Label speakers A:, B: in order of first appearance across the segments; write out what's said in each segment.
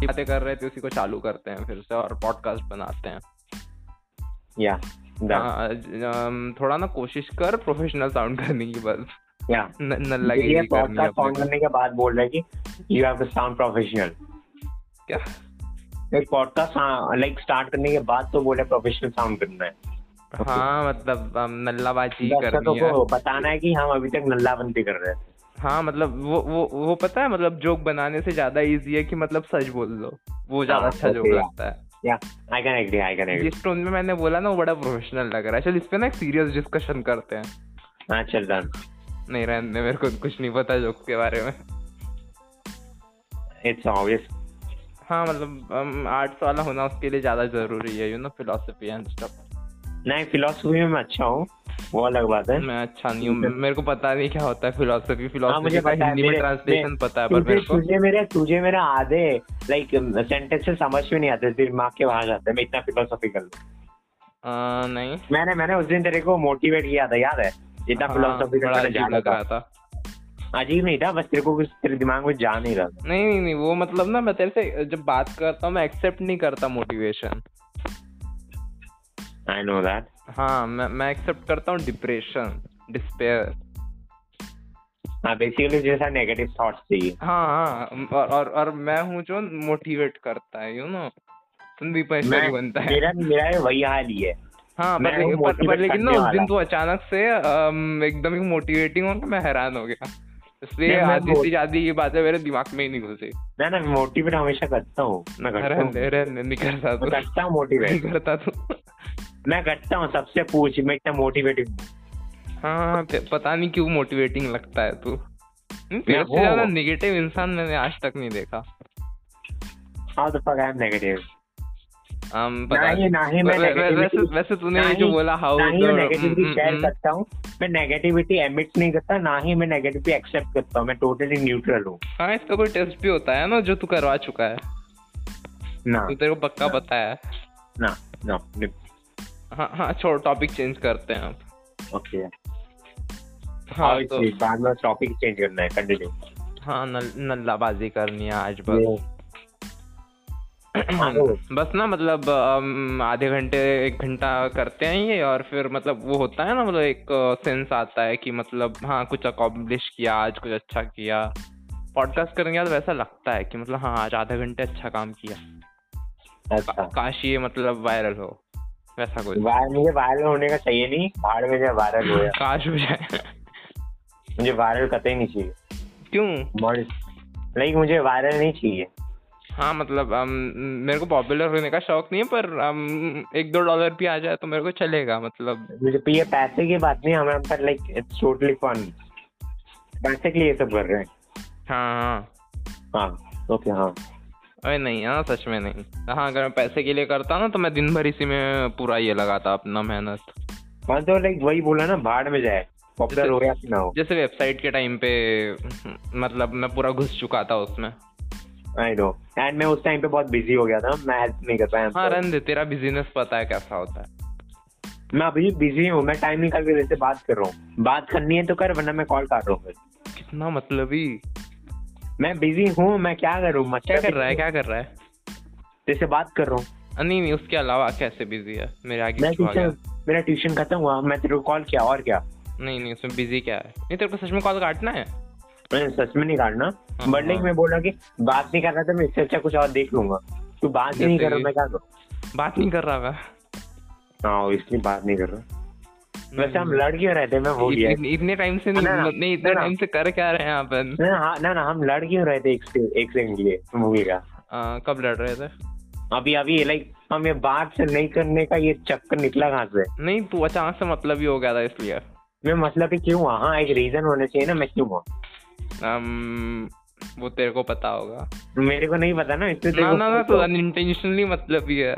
A: की बातें कर रहे थे उसी को चालू करते हैं फिर से और पॉडकास्ट बनाते हैं
B: या
A: हाँ, ज- अम, थोड़ा ना कोशिश कर प्रोफेशनल साउंड करने की बस
B: या
A: न, न
B: ये
A: लगे
B: पॉडकास्ट ऑन करने के बाद बोल रहा है कि you have to sound professional
A: क्या
B: एक पॉडकास्ट लाइक स्टार्ट करने के बाद तो बोले प्रोफेशनल साउंड करना है
A: हाँ मतलब अम, नल्लाबाजी
B: दर्शकों
A: करनी है
B: को बताना है कि हम अभी तक नल्लाबंदी कर रहे हैं
A: हाँ मतलब वो वो वो पता है मतलब जोक बनाने से ज्यादा इजी है कि मतलब सच बोल दो वो ज्यादा
B: हाँ,
A: अच्छा जोक
B: okay.
A: लगता है
B: I can agree I can agree
A: जिस टोन में मैंने बोला ना वो बड़ा प्रोफेशनल लग रहा है चल इस पे ना एक सीरियस डिस्कशन करते हैं
B: हाँ चल डन
A: नहीं रहने दे, मेरे को कुछ नहीं पता जोक के बारे में
B: इट्स ऑब्वियस
A: हाँ मतलब आर्ट्स वाला होना उसके लिए ज्यादा जरूरी है you know philosophy and stuff
B: नहीं फिलोसफी में मैं अच्छा हूँ वो अलग बात है हाँ,
A: मैं अच्छा नहीं हूँ मेरे को पता नहीं क्या होता है फिलोसफी फिलोसफी
B: मुझे
A: का
B: पता है,
A: हिंदी में
B: मेरे-
A: ट्रांसलेशन पता है पर
B: तुझे
A: मेरे को
B: तुझे मेरे तुझे मेरे आधे लाइक सेंटेंसेस समझ में नहीं आते दिमाग के बाहर जाते मैं इतना फिलोसॉफिकल
A: अ, नहीं
B: मैंने मैंने उस दिन तेरे को मोटिवेट किया था याद है इतना
A: हाँ, बड़ा अजीब
B: फिलोसॉफिकल
A: लग रहा था
B: अजीब नहीं था बस तेरे को कुछ तेरे दिमाग में जा नहीं रहा था
A: नहीं नहीं नहीं वो मतलब ना मैं तेरे से जब बात करता हूँ मैं एक्सेप्ट नहीं करता मोटिवेशन
B: आई नो दैट
A: हाँ मैं मैं एक्सेप्ट करता हूँ डिप्रेशन डिस्पेयर
B: हाँ बेसिकली जैसा नेगेटिव थॉट्स चाहिए
A: हाँ हाँ और और, और मैं हूँ जो मोटिवेट करता है यू नो संदीप महेश्वरी
B: मैं-
A: बनता है
B: मेरा मेरा भी वही हाल ही है
A: हाँ
B: मैं
A: पर,
B: हूँ
A: ले- पर, पर
B: motivate
A: लेकिन ना
B: करने
A: उस दिन
B: वाला।
A: तो अचानक से अम, एकदम ही मोटिवेटिंग होकर मैं हैरान हो गया इसलिए
B: नहीं, मैं
A: आधी
B: बहुत-
A: से ज्यादा ये बातें मेरे दिमाग में ही नहीं घुसी
B: मैं ना मोटिवेट हमेशा करता हूँ मैं करता हूँ
A: रहने रहने नहीं करता तू
B: मैं करता हूँ
A: नहीं
B: मोटिवेट
A: करता तू
B: मैं करता हूँ सबसे पूछ मैं इतना मोटिवेटिव
A: हाँ हाँ, पे- पता नहीं क्यों मोटिवेटिंग लगता है तू नहीं, तेरे
B: वो-
A: से ज्यादा निगेटिव इंसान मैंने आज तक नहीं देखा
B: how the fuck I am negative
A: um,
B: ना
A: पता
B: ही ना ही मैं
A: वै- वै- वैसे तो
B: नेगेटिविटी
A: वैसे तूने
B: ना
A: ये जो
B: ही-
A: बोला हाउ
B: ना ही मैं
A: हम्म,
B: नेगेटिविटी शेयर करता हूँ मैं नेगेटिविटी एमिट नहीं करता ना ही मैं नेगेटिविटी एक्सेप्ट करता हूँ मैं टोटली न्यूट्रल हूँ
A: हाँ इसका कोई टेस्ट भी होता है ना जो तू करवा चुका है
B: हाँ। ना
A: तो तेरे को पक्का पता है
B: ना ना
A: हाँ हाँ छोड़ टॉपिक चेंज करते हैं अब
B: ओके
A: हाँ
B: और
A: तो
B: इसलिए बाद में टॉपिक चेंज करना है कंटिन्यू
A: हाँ नल, नल्लाबाजी करनी है आज बस हाँ,
B: हाँ,
A: बस ना मतलब अम, आधे घंटे एक घंटा करते हैं ये और फिर मतलब वो होता है ना मतलब एक सेंस आता है कि मतलब हाँ कुछ अकॉम्प्लिश किया आज कुछ अच्छा किया पॉडकास्ट करने के बाद तो वैसा लगता है कि मतलब हाँ आज आधे घंटे अच्छा काम किया
B: अच्छा
A: काश ये मतलब वायरल हो वैसा कुछ
B: वायर मुझे वायरल होने का चाहिए नहीं भाड़ में जब वायरल हो
A: काश हो जाए
B: मुझे वायरल कतई नहीं चाहिए
A: क्यों
B: बॉडी लाइक मुझे वायरल नहीं चाहिए
A: हाँ मतलब अम, मेरे को पॉपुलर होने का शौक नहीं है पर अम, एक दो डॉलर भी आ जाए तो मेरे को चलेगा मतलब
B: मुझे तो ये पैसे की बात नहीं हमें पर लाइक इट्स टोटली फन पैसे के लिए ये सब कर रहे हैं
A: हाँ हाँ
B: हाँ ओके हाँ
A: अरे नहीं हाँ सच में नहीं हाँ अगर मैं पैसे के लिए करता ना तो मैं दिन भर इसी में पूरा ये लगाता अपना मेहनत
B: हाँ तो लाइक वही बोला ना भाड़ में जाए पॉपुलर हो या फिर ना हो
A: जैसे वेबसाइट के टाइम पे मतलब मैं पूरा घुस चुका था उसमें हाँ,
B: आई नो एंड मैं उस टाइम पे बहुत बिजी हो गया था मैं हेल्प नहीं कर पाया तो
A: हाँ
B: हमको।
A: रन दे तेरा बिजनेस पता है कैसा होता है
B: मैं अभी बिजी हूँ मैं टाइम निकाल के जैसे बात कर रहा हूँ बात करनी है तो कर वरना मैं कॉल काट रहा हूँ फिर।
A: कितना मतलब ही
B: मैं बिजी हूँ मैं क्या करूँ
A: क्या कर रहा है क्या कर रहा है
B: जैसे बात कर रहा हूँ
A: अ, नहीं नहीं उसके अलावा कैसे बिजी है मेरे आगे
B: मैं
A: कुछ आ गया
B: ट्यूशन मेरा ट्यूशन खत्म हुआ मैं तेरे को कॉल किया और क्या
A: नहीं नहीं उसमें बिजी क्या है नहीं तेरे को सच में कॉल काटना है
B: मैंने सच में नहीं काटना
A: हाँ,
B: बट लाइक
A: हाँ।
B: मैं बोला कि बात नहीं कर रहा था मैं इससे अच्छा कुछ और देख लूंगा तू बात ही नहीं
A: जैसे
B: कर रहा
A: कि-
B: मैं क्या करूँ
A: बात नहीं कर रहा मैं
B: हाँ इसलिए बात नहीं कर रहा हम्म। वैसे हम
A: नहीं,
B: लड़ क्यों रहे थे मैं भूल गया
A: इतने इतने टाइम से
B: ना, ना,
A: नहीं नहीं इतने
B: ना, ना।
A: टाइम से कर क्या रहे हैं अपन
B: ना हाँ ना ना हम लड़ क्यों रहे थे एक से एक सेकंड के लिए मूवी का
A: अ, हाँ, कब लड़ रहे थे
B: अभी अभी लाइक हम ये बात से नहीं करने का ये चक्कर निकला कहाँ से
A: नहीं तू अचानक से मतलब ही हो गया था इसलिए
B: मैं मतलब कि क्यों हुआ हाँ एक रीजन होना चाहिए ना मैं क्यों हुआ
A: अम, Um, वो तेरे को पता होगा
B: मेरे को नहीं पता ना इसलिए तेरे
A: ना
B: को
A: ना ना
B: पूछ
A: तो
B: रहा हूँ।
A: अनइंटेंशनली मतलब ही है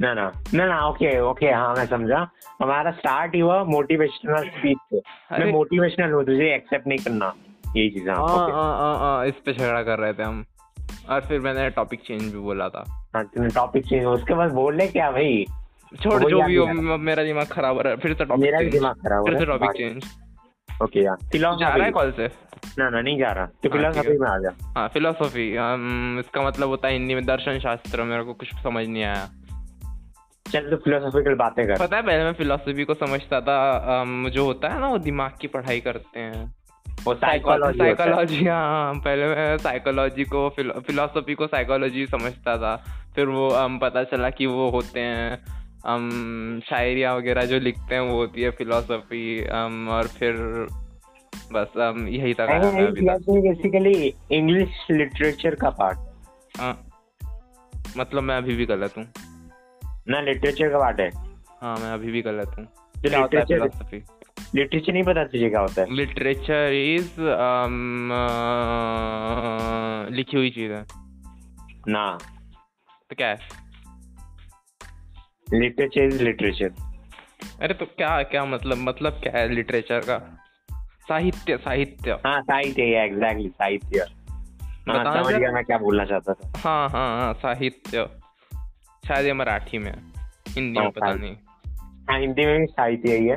B: ना ना ना ना ओके ओके हाँ मैं समझा हमारा स्टार्ट ही हुआ मोटिवेशनल स्पीच से मैं
A: अरे-
B: मोटिवेशनल हूँ तुझे एक्सेप्ट नहीं करना यही चीज हाँ
A: आ,
B: okay.
A: आ, आ, आ, हाँ, इस पे झगड़ा कर रहे थे हम और फिर मैंने टॉपिक चेंज भी बोला था
B: हाँ तूने टॉपिक चेंज उसके बाद बोल रहे क्या भाई
A: छोड़
B: वही
A: जो
B: याद
A: भी हो
B: नहीं आ
A: म- मेरा दिमाग खराब हो रहा है हाँ, फिर तो से टॉपिक
B: मेरा भी
A: चेंज
B: दिमाग खराब हो
A: फिर से
B: रहा
A: टॉपिक
B: है
A: चेंज
B: ओके यार
A: जा रहा है
B: फिलोसॉफी
A: कॉल से
B: ना ना नहीं जा रहा तो
A: हाँ, ठीक
B: फिलहाल
A: है।
B: में आ जा
A: हाँ फिलोसॉफी इसका मतलब होता है हिंदी में दर्शन शास्त्र मेरे को कुछ समझ नहीं आया
B: चल तो फिलोसॉफिकल बातें कर
A: पता है पहले मैं फिलोसफी को समझता था अम, जो होता है ना वो दिमाग की पढ़ाई करते हैं
B: वो साइकोलॉजी
A: साइकोलॉजी हाँ पहले मैं साइकोलॉजी को फिलोसफी को साइकोलॉजी समझता था फिर वो अम, पता चला कि वो होते हैं अम, शायरिया वगैरह जो लिखते हैं वो होती है फिलोसफी और फिर बस अम, यही तक आया मैं अभी तक
B: फिलोसफी बेसिकली इंग्लिश लिटरेचर का पार्ट
A: हाँ। मतलब मैं अभी भी गलत हूँ
B: ना लिटरेचर का पार्ट है
A: हाँ मैं अभी भी गलत हूँ
B: जो
A: क्या होता है फिलोसफी
B: लिटरेचर लिटरेचर नहीं पता तुझे क्या होता है
A: लिटरेचर इज um, uh, लिखी हुई चीज है हम्म।
B: ना
A: तो क्या है
B: लिटरेचर इज लिटरेचर
A: अरे तो क्या क्या मतलब मतलब क्या है लिटरेचर का साहित्य साहित्य
B: हाँ साहित्य एग्जैक्टली साहित्य हाँ
A: बताओ
B: समझ
A: जरा।
B: गया मैं क्या बोलना चाहता था
A: हाँ हाँ हाँ साहित्य शायद ये मराठी में है, हिंदी में
B: हाँ,
A: पता
B: साहित्य।
A: नहीं
B: हाँ हिंदी में भी साहित्य ही है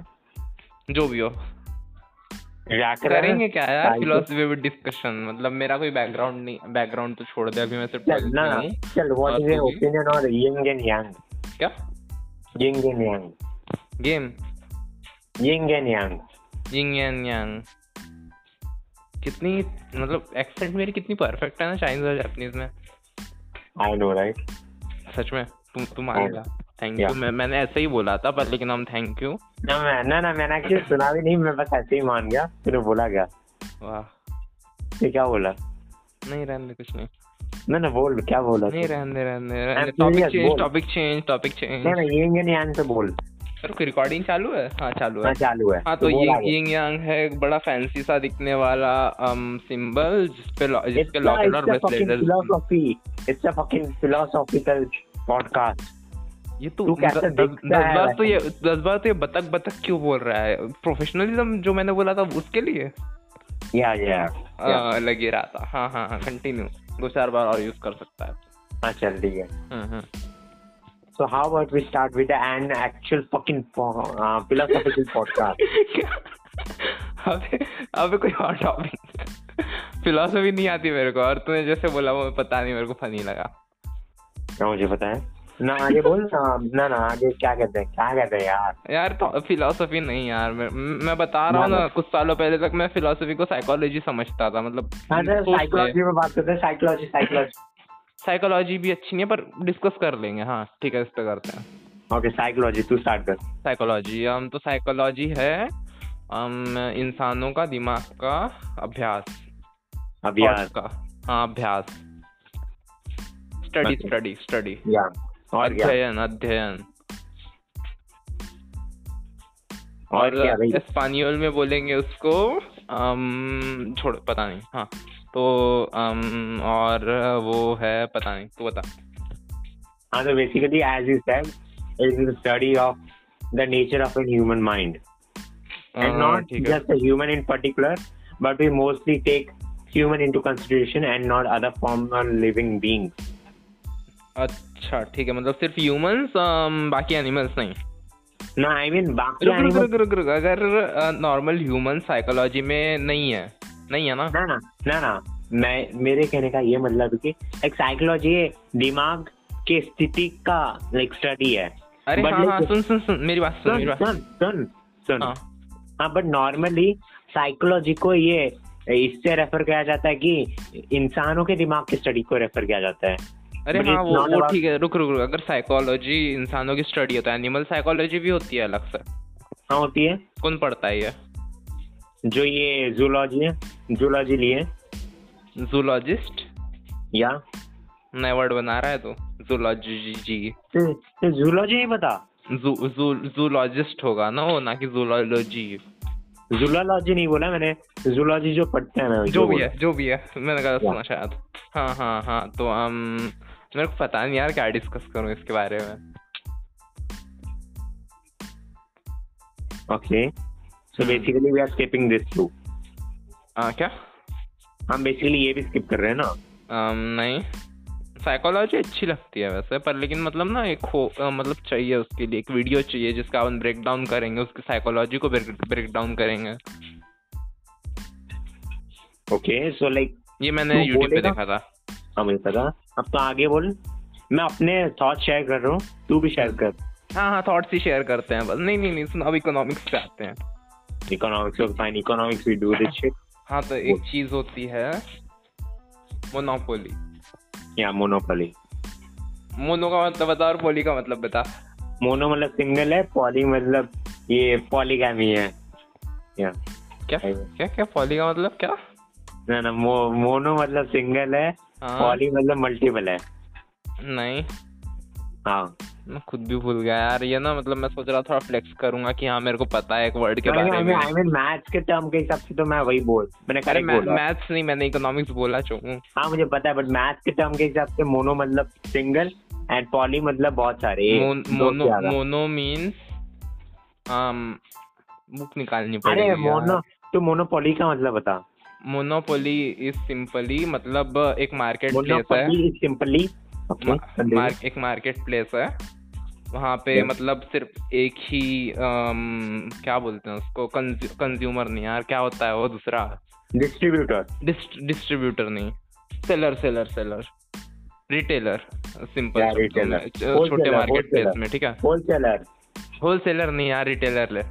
A: जो भी हो
B: व्याकरण
A: करेंगे क्या यार
B: साहित्य।
A: फिलोसफी विद डिस्कशन मतलब मेरा कोई बैकग्राउंड नहीं बैकग्राउंड तो छोड़ दे अभी मैं सिर्फ
B: चल ना
A: ट्वेल्थ में हूँ
B: चल व्हाट
A: और
B: इज
A: तुझे?
B: योर ओपिनियन और यिंग एंड यांग
A: क्या
B: yin and yang
A: game
B: yin and yang
A: yin and yang कितनी मतलब एक्सेंट मेरी कितनी परफेक्ट है ना चाइनीज और जापानीज में
B: आई नो राइट
A: सच में तुम तुम आएगा थैंक यू
B: हाँ। Yeah.
A: मैं मैंने ऐसे ही बोला था पर लेकिन हम थैंक यू
B: ना मैं ना ना मैंने एक्चुअली सुना भी नहीं मैं बस ऐसे ही मान गया तूने बोला क्या
A: वाह
B: ये क्या बोला
A: नहीं रहने दे कुछ नहीं
B: ना ना बोल क्या बोला
A: नहीं
B: तू?
A: रहने दे, रहने दे, रहने
B: serious,
A: टॉपिक चेंज
B: बोल।
A: टॉपिक चेंज टॉपिक
B: ना
A: चेंज
B: ना यिंग एंड यांग से बोल
A: सर रिकॉर्डिंग चालू है हाँ चालू है
B: हाँ चालू है
A: हाँ
B: तू
A: तो
B: बोल
A: ये
B: आगे।
A: यिंग यांग है एक बड़ा फैंसी सा दिखने वाला सिंबल जिसपे lo-
B: It's
A: जिसपे
B: a-
A: लॉकेट
B: it's
A: और
B: a fucking
A: bracelet
B: philosophy. It's a fucking philosophical podcast.
A: ये तो
B: तू
A: द-
B: कैसा
A: दस
B: दिखता
A: दस
B: है
A: बार तो
B: वैसे?
A: ये दस बार तो ये बतख बतख क्यों बोल रहा है प्रोफेशनलिज्म जो मैंने बोला था उसके लिए
B: Yeah, yeah. Yeah.
A: आ, लग ही रहा था हाँ हाँ हाँ कंटिन्यू दो चार बार और यूज कर सकता है
B: हाँ, चल ठीक है.
A: हम्म, हम्म।
B: So how about we start with an actual fucking po- uh, philosophical podcast?
A: अबे अबे कोई और टॉपिक फिलोसफी नहीं आती मेरे को और तूने जैसे बोला वो पता नहीं मेरे को फनी लगा
B: ना मुझे पता है. ना आगे बोल ना ना ना आगे क्या कहते हैं क्या कहते हैं यार
A: यार फिलोसफी नहीं यार मैं, मैं बता रहा हूँ
B: ना,
A: ना कुछ सालों पहले तक मैं फिलोसफी को साइकोलॉजी समझता था मतलब
B: हाँ सर साइकोलॉजी में बात करते हैं साइकोलॉजी साइकोलॉजी
A: साइकोलॉजी भी अच्छी नहीं है पर डिस्कस कर लेंगे हाँ ठीक है इस पे करते हैं
B: ओके साइकोलॉजी तू स्टार्ट कर
A: साइकोलॉजी हम तो साइकोलॉजी है um, इंसानों का दिमाग का अभ्यास
B: अभी यार
A: thoughts का हाँ अभ्यास स्टडी
B: Okay.
A: स्टडी स्टडी
B: या और क्या
A: अध्ययन अध्ययन
B: और क्या भाई
A: uh, स्पानियल में बोलेंगे उसको um, छोड़ पता नहीं हाँ तो um, और वो है पता नहीं तू बता
B: हाँ तो basically as you said is the study of the nature of an human mind
A: हाँ,
B: and not
A: ठीक है
B: just a human in particular, but we mostly take human into consideration and not other former living beings.
A: अच्छा ठीक है मतलब सिर्फ humans बाकी animals नहीं
B: No, I mean बाकी
A: रुक रुक
B: animals.
A: रुक रुक रुक अगर नॉर्मल ह्यूमन साइकोलॉजी में नहीं है नहीं है ना
B: ना ना ना ना मैं मेरे कहने का ये मतलब है कि एक साइकोलॉजी है दिमाग के स्थिति का लाइक स्टडी है
A: अरे
B: But
A: हाँ
B: like-
A: हाँ सुन सुन सुन मेरी बात सुन
B: सुन
A: मेरी बात
B: सुन सुन सुन
A: हाँ
B: हाँ बट नॉर्मली साइकोलॉजी को ये इससे रेफर किया जाता है कि इंसानों के दिमाग की स्टडी को रेफर किया जाता है
A: अरे
B: But
A: हाँ
B: it's
A: वो
B: not
A: वो
B: about-
A: ठीक है रुक रुक रुक अगर साइकोलॉजी इंसानों की स्टडी होता है एनिमल साइकोलॉजी भी होती है अलग से
B: हाँ होती है
A: कौन पढ़ता है ये
B: जो ये जूलॉजी है जूलॉजी लिए
A: जूलॉजिस्ट
B: या
A: नया वर्ड बना रहा है तो जूलॉजी जी
B: तो, जूलॉजी नहीं पता
A: जूलॉजिस्ट होगा ना वो ना कि जूलॉजी
B: जूलॉजी नहीं बोला मैंने जूलॉजी जो पढ़ते हैं मैं
A: जो भी
B: बोला।
A: है जो भी है मैंने गलत
B: Yeah.
A: सुना शायद हाँ हाँ हाँ तो हम मेरे को पता नहीं यार क्या डिस्कस करूँ इसके बारे में
B: Okay. So
A: Hmm.
B: basically we are skipping this too.
A: आ, हाँ, क्या
B: हम बेसिकली ये भी स्किप कर रहे हैं ना
A: अम, नहीं साइकोलॉजी अच्छी लगती है वैसे पर लेकिन मतलब ना एक हो अ, मतलब चाहिए उसके लिए एक वीडियो चाहिए जिसका अपन ब्रेक डाउन करेंगे उसकी साइकोलॉजी को ब्रेक डाउन करेंगे
B: ओके सो लाइक
A: ये मैंने
B: तू
A: यूट्यूब पे
B: बोलेगा?
A: देखा था
B: हाँ मुझे पता अब तो आगे बोल मैं अपने थॉट शेयर कर रहा हूँ तू भी शेयर कर
A: हाँ हाँ थॉट्स ही शेयर करते हैं बस नहीं नहीं नहीं सुन अब इकोनॉमिक्स पे आते हैं
B: economics fine economics we do this shit
A: हाँ तो एक चीज होती है मोनोपोली
B: या मोनोपोली
A: मोनो का मतलब बता और पोली का मतलब बता
B: मोनो मतलब सिंगल है पॉली मतलब ये पॉलीगामी है या
A: क्या क्या क्या पोली का मतलब क्या
B: ना ना मो, मोनो मतलब सिंगल है
A: हाँ।
B: पॉली मतलब मल्टीपल है
A: नहीं
B: हाँ
A: मैं खुद भी भूल गया यार ये ना मतलब मैं सोच रहा थोड़ा फ्लेक्स करूंगा कि हाँ मेरे को पता है एक वर्ड के बारे में
B: आई मीन मैथ्स के टर्म के हिसाब से तो मैं वही बोल मैंने
A: अरे
B: करेक्ट बोला
A: मैथ्स नहीं मैंने इकोनॉमिक्स बोला चोकू
B: हाँ मुझे पता है बट मैथ्स के टर्म के हिसाब से मोनो मतलब सिंगल एंड पॉली मतलब बहुत सारे एक, दो
A: मोनो
B: से ज्यादा।
A: मोनो मीन्स बुक um, निकालनी पड़ेगी
B: अरे
A: यार।
B: मोनो
A: हाँ।
B: तो मोनोपोली का मतलब बता
A: मोनोपोली इज सिंपली मतलब एक मार्केट प्लेस है
B: मोनोपोली सिंपली
A: मार्क, एक मार्केट प्लेस है वहाँ पे
B: Yes.
A: मतलब सिर्फ एक ही अम, क्या बोलते हैं उसको कंज्यूमर नहीं यार क्या होता है वो दूसरा
B: डिस्ट्रीब्यूटर
A: डिस्ट्रीब्यूटर नहीं seller seller seller retailer simple
B: Yeah, retailer.
A: छोटे
B: Wholesaler,
A: मार्केट प्लेस
B: wholesaler.
A: में ठीक है
B: होलसेलर
A: होलसेलर नहीं यार रिटेलर ले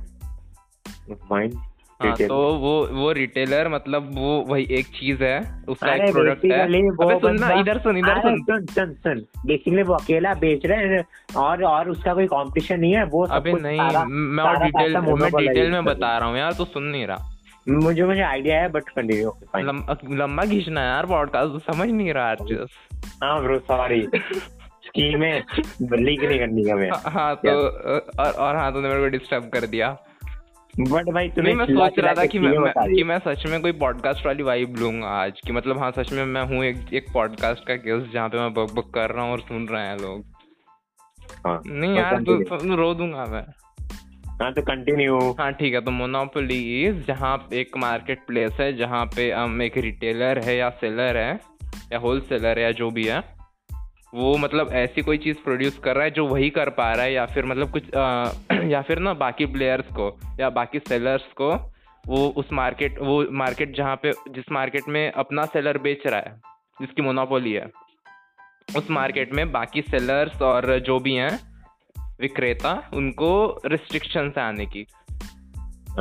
B: माइंड
A: हाँ तो वो वो रिटेलर मतलब वो वही एक चीज है उसका
B: अरे
A: एक प्रोडक्ट है
B: basically वो
A: अबे सुन ना
B: बंदा-
A: इधर सुन इधर
B: अरे
A: सुन
B: सुन सुन सुन बेसिकली वो अकेला बेच रहा है और और उसका कोई कंपटीशन नहीं है वो सब
A: अबे
B: कुछ
A: नहीं
B: सारा-
A: मैं और
B: सारा
A: डिटेल
B: पैसा
A: मैं
B: monopolize
A: डिटेल में
B: कर रहा है।
A: बता रहा हूँ यार तू सुन नहीं रहा
B: मुझे मुझे आइडिया है बट कंटिन्यू फाइन
A: लम, लंबा खींचना यार पॉडकास्ट तू समझ नहीं रहा हर चीज
B: हाँ ब्रो सॉरी स्कीम है लीक नहीं करनी का मैं
A: हाँ, हाँ तो और, और हाँ तूने मेरे को डिस्टर्ब कर दिया
B: बट भाई
A: हाँ। नहीं
B: तूने
A: मैं
B: चिल्ला
A: सोच रहा था
B: चिल्ला के
A: कि मैं,
B: चीजें
A: मैं
B: बता दी।
A: कि मैं सच में कोई पॉडकास्ट वाली वाइब लूंगा आज कि मतलब हाँ सच में मैं हूँ एक एक पॉडकास्ट का गेस्ट जहाँ पे मैं बक बक कर रहा हूँ और सुन रहे हैं लोग
B: हाँ,
A: नहीं
B: तो
A: यार
B: continue।
A: तो, तो रो दूंगा मैं
B: हाँ तो कंटिन्यू
A: हाँ ठीक है तो मोनोपोली जहाँ पे एक मार्केट प्लेस है जहाँ पे हम एक रिटेलर है या सेलर है या होलसेलर है या जो भी है वो मतलब ऐसी कोई चीज़ प्रोड्यूस कर रहा है जो वही कर पा रहा है या फिर मतलब कुछ अ, या फिर ना बाकी प्लेयर्स को या बाकी सेलर्स को वो उस मार्केट वो मार्केट जहाँ पे जिस मार्केट में अपना सेलर बेच रहा है जिसकी मोनोपोली है उस मार्केट में बाकी सेलर्स और जो भी हैं विक्रेता उनको रिस्ट्रिक्शंस है आने की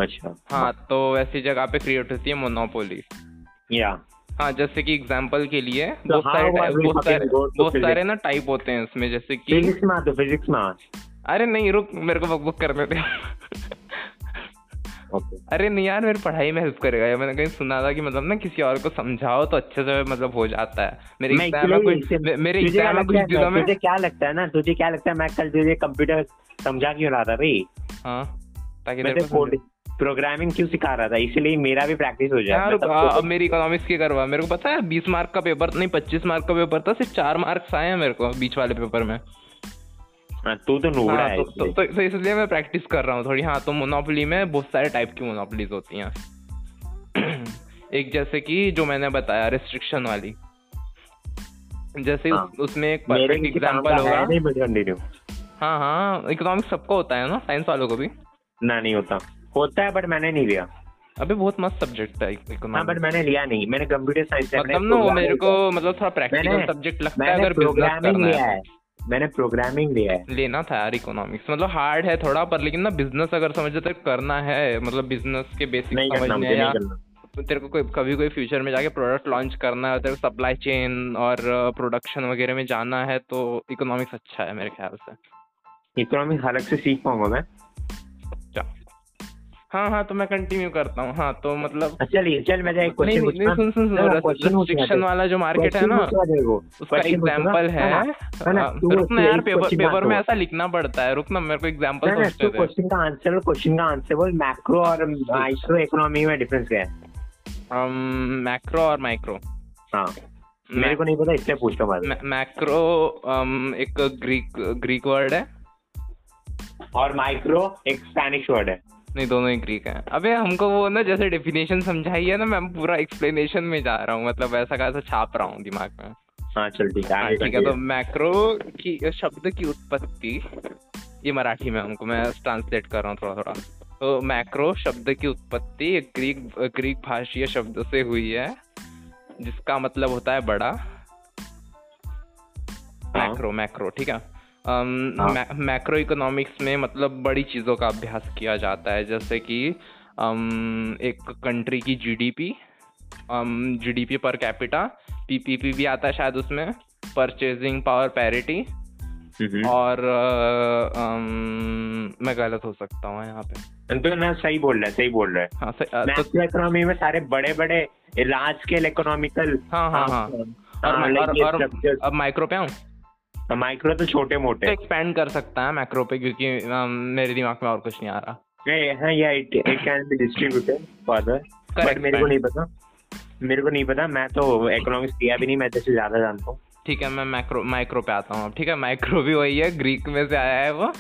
B: अच्छा
A: हाँ तो वैसी जगह पे क्रिएट होती है मोनोपोली
B: या
A: हाँ जैसे कि एग्जाम्पल के लिए बहुत
B: how
A: सारे
B: was
A: टाइप-
B: we
A: बहुत
B: हाँ, fucking
A: सारे
B: go to
A: बहुत सारे
B: physics?
A: ना टाइप होते हैं इसमें जैसे कि
B: फिजिक्स में आ तो फिजिक्स में आ
A: अरे नहीं रुक मेरे को बकबक करने दे
B: ओके
A: अरे नहीं यार मेरी पढ़ाई में हेल्प करेगा ये मैंने कहीं सुना था कि मतलब ना किसी और को समझाओ तो अच्छे से मतलब हो जाता है मेरे
B: मैं
A: एग्जाम में
B: इसलिए
A: कुछ
B: इसे-
A: मे- मेरे
B: तुझे क्या
A: एग्जाम में
B: लगता
A: कुछ
B: है-
A: दिनों में
B: तुझे क्या लगता है ना तुझे क्या लगता है मैं कल तुझे कंप्यूटर समझा क्यों रहा था भाई
A: हाँ ताकि
B: मैं
A: तेरे
B: तो
A: को समझ-
B: प्रोग्रामिंग क्यों सिखा रहा था इसीलिए मेरा भी प्रैक्टिस हो जाए
A: यार
B: मैं तो- सबको
A: आ, हाँ, अब मेरी इकोनॉमिक्स की करवा मेरे को पता है बीस मार्क का पेपर नहीं पच्चीस मार्क का पेपर था सिर्फ चार मार्क्स आए हैं मेरे को बीच वाले पेपर में
B: हाँ, तू तो नूबड़ा
A: हाँ,
B: है
A: तो, तो,
B: इसलिए।
A: तो, तो इसलिए मैं प्रैक्टिस कर रहा हूँ थोड़ी हाँ तो मोनोपोली में बहुत सारे टाइप की मोनोपोलीज होती हैं एक जैसे कि जो मैंने बताया रिस्ट्रिक्शन वाली जैसे उस-
B: हाँ।
A: उसमें एक
B: मेरे
A: परफेक्ट
B: किसी काम का
A: एग्जांपल
B: है
A: होगा
B: नहीं बट कंटिन्यू
A: हाँ हाँ इकोनॉमिक्स सबको होता है ना साइंस वालों को भी
B: ना नहीं होता होता है बट मैंने नहीं लिया
A: अबे बहुत मस्त सब्जेक्ट है
B: हाँ बट
A: इकोनॉमिक्स
B: मैंने लिया नहीं मैंने कंप्यूटर साइंस
A: मतलब ना वो मेरे को मतलब थोड़ा प्रैक्टिकल
B: मैंने-
A: सब्जेक्ट लगता है
B: मैंने
A: अगर बिजनेस
B: प्रोग्रामिंग
A: करना
B: लिया
A: है
B: है मैंने प्रोग्रामिंग लिया है
A: लेना था यार इकोनॉमिक्स मतलब हार्ड है थोड़ा पर लेकिन ना बिजनेस अगर समझे तो करना है मतलब बिजनेस के बेसिक
B: नहीं करना
A: समझने
B: मुझे
A: या
B: नहीं करना
A: तो तेरे को कोई कभी कोई फ्यूचर में जाके प्रोडक्ट लॉन्च करना है तेरे को सप्लाई चेन और प्रोडक्शन वगैरह में जाना है तो इकोनॉमिक्स अच्छा है मेरे ख्याल से
B: इकोनॉमिक अलग से सीख पाऊंगा मैं
A: अच्छा हाँ हाँ तो मैं कंटिन्यू करता हूँ हाँ तो मतलब
B: अच्छा चलिए चल मैं एक
A: नहीं
B: क्वेश्चन
A: नहीं नहीं, सुन सुन
B: चलो,
A: सुन
B: हाँ, question पूछना
A: रिस्ट्रिक्शन
B: है।
A: वाला जो मार्केट है ना उसका एग्जाम्पल है
B: है ना,
A: हाँ,
B: तू
A: रुक ना
B: उससे
A: यार
B: एक
A: पेपर
B: question
A: पेपर में
B: answer
A: ऐसा लिखना पड़ता है रुक ना मेरे को एग्जाम्पल सोचने दे
B: क्वेश्चन का आंसर और क्वेश्चन का आंसर बोल मैक्रो और माइक्रो इकोनॉमी में डिफरेंस क्या है
A: मैक्रो और माइक्रो
B: हाँ मेरे को नहीं पता इसलिए पूछता हूँ बाद में।
A: मैक्रो एक ग्रीक ग्रीक वर्ड है
B: और माइक्रो एक स्पेनिश वर्ड है
A: नहीं दोनों ही ग्रीक हैं अबे हमको वो ना जैसे डेफिनेशन समझाई है ना मैं पूरा एक्सप्लेनेशन में जा रहा हूँ मतलब ऐसा का ऐसा छाप रहा हूँ दिमाग में
B: हाँ चल ठीक है
A: हाँ,
B: आगे
A: ठीक है तो मैक्रो की शब्द की उत्पत्ति ये मराठी में हमको मैं ट्रांसलेट कर रहा हूँ थोड़ा थोड़ा तो मैक्रो शब्द की उत्पत्ति एक ग्रीक ग्रीक भाषीय शब्द से हुई है जिसका मतलब होता है बड़ा मैक्रो मैक्रो ठीक है
B: हाँ।
A: मैक्रो इकोनॉमिक्स में मतलब बड़ी चीज़ों का अभ्यास किया जाता है जैसे कि अम, एक कंट्री की GDP GDP per capita PPP भी आता है शायद उसमें परचेजिंग पावर पैरिटी
B: हम्म।
A: और अ, अम, मैं गलत हो सकता हूँ यहाँ पे
B: तो ना सही बोल रहा है सही बोल रहा है
A: हाँ सही- अ, तो
B: मैक्रो इकोनॉमी में सारे बड़े बड़े लार्ज स्केल इकोनॉमिकल
A: हाँ हाँ हाँ और
B: हाँ, like
A: और
B: ये
A: और
B: structures।
A: अब माइक्रो पे आऊँ
B: माइक्रो तो छोटे
A: तो
B: मोटे
A: एक्सपेंड कर सकता है मैक्रो पे क्योंकि अम, मेरे दिमाग में और कुछ नहीं आ रहा
B: हाँ या it it can be distributed further but
A: Correct,
B: मेरे को
A: correct.
B: नहीं पता मेरे को नहीं पता मैं तो इकोनॉमिक्स किया भी नहीं मैं जैसे ज्यादा जानता हूँ
A: ठीक है मैं मैक्रो माइक्रो पे आता हूँ अब ठीक है माइक्रो भी वही है ग्रीक में से आया है वो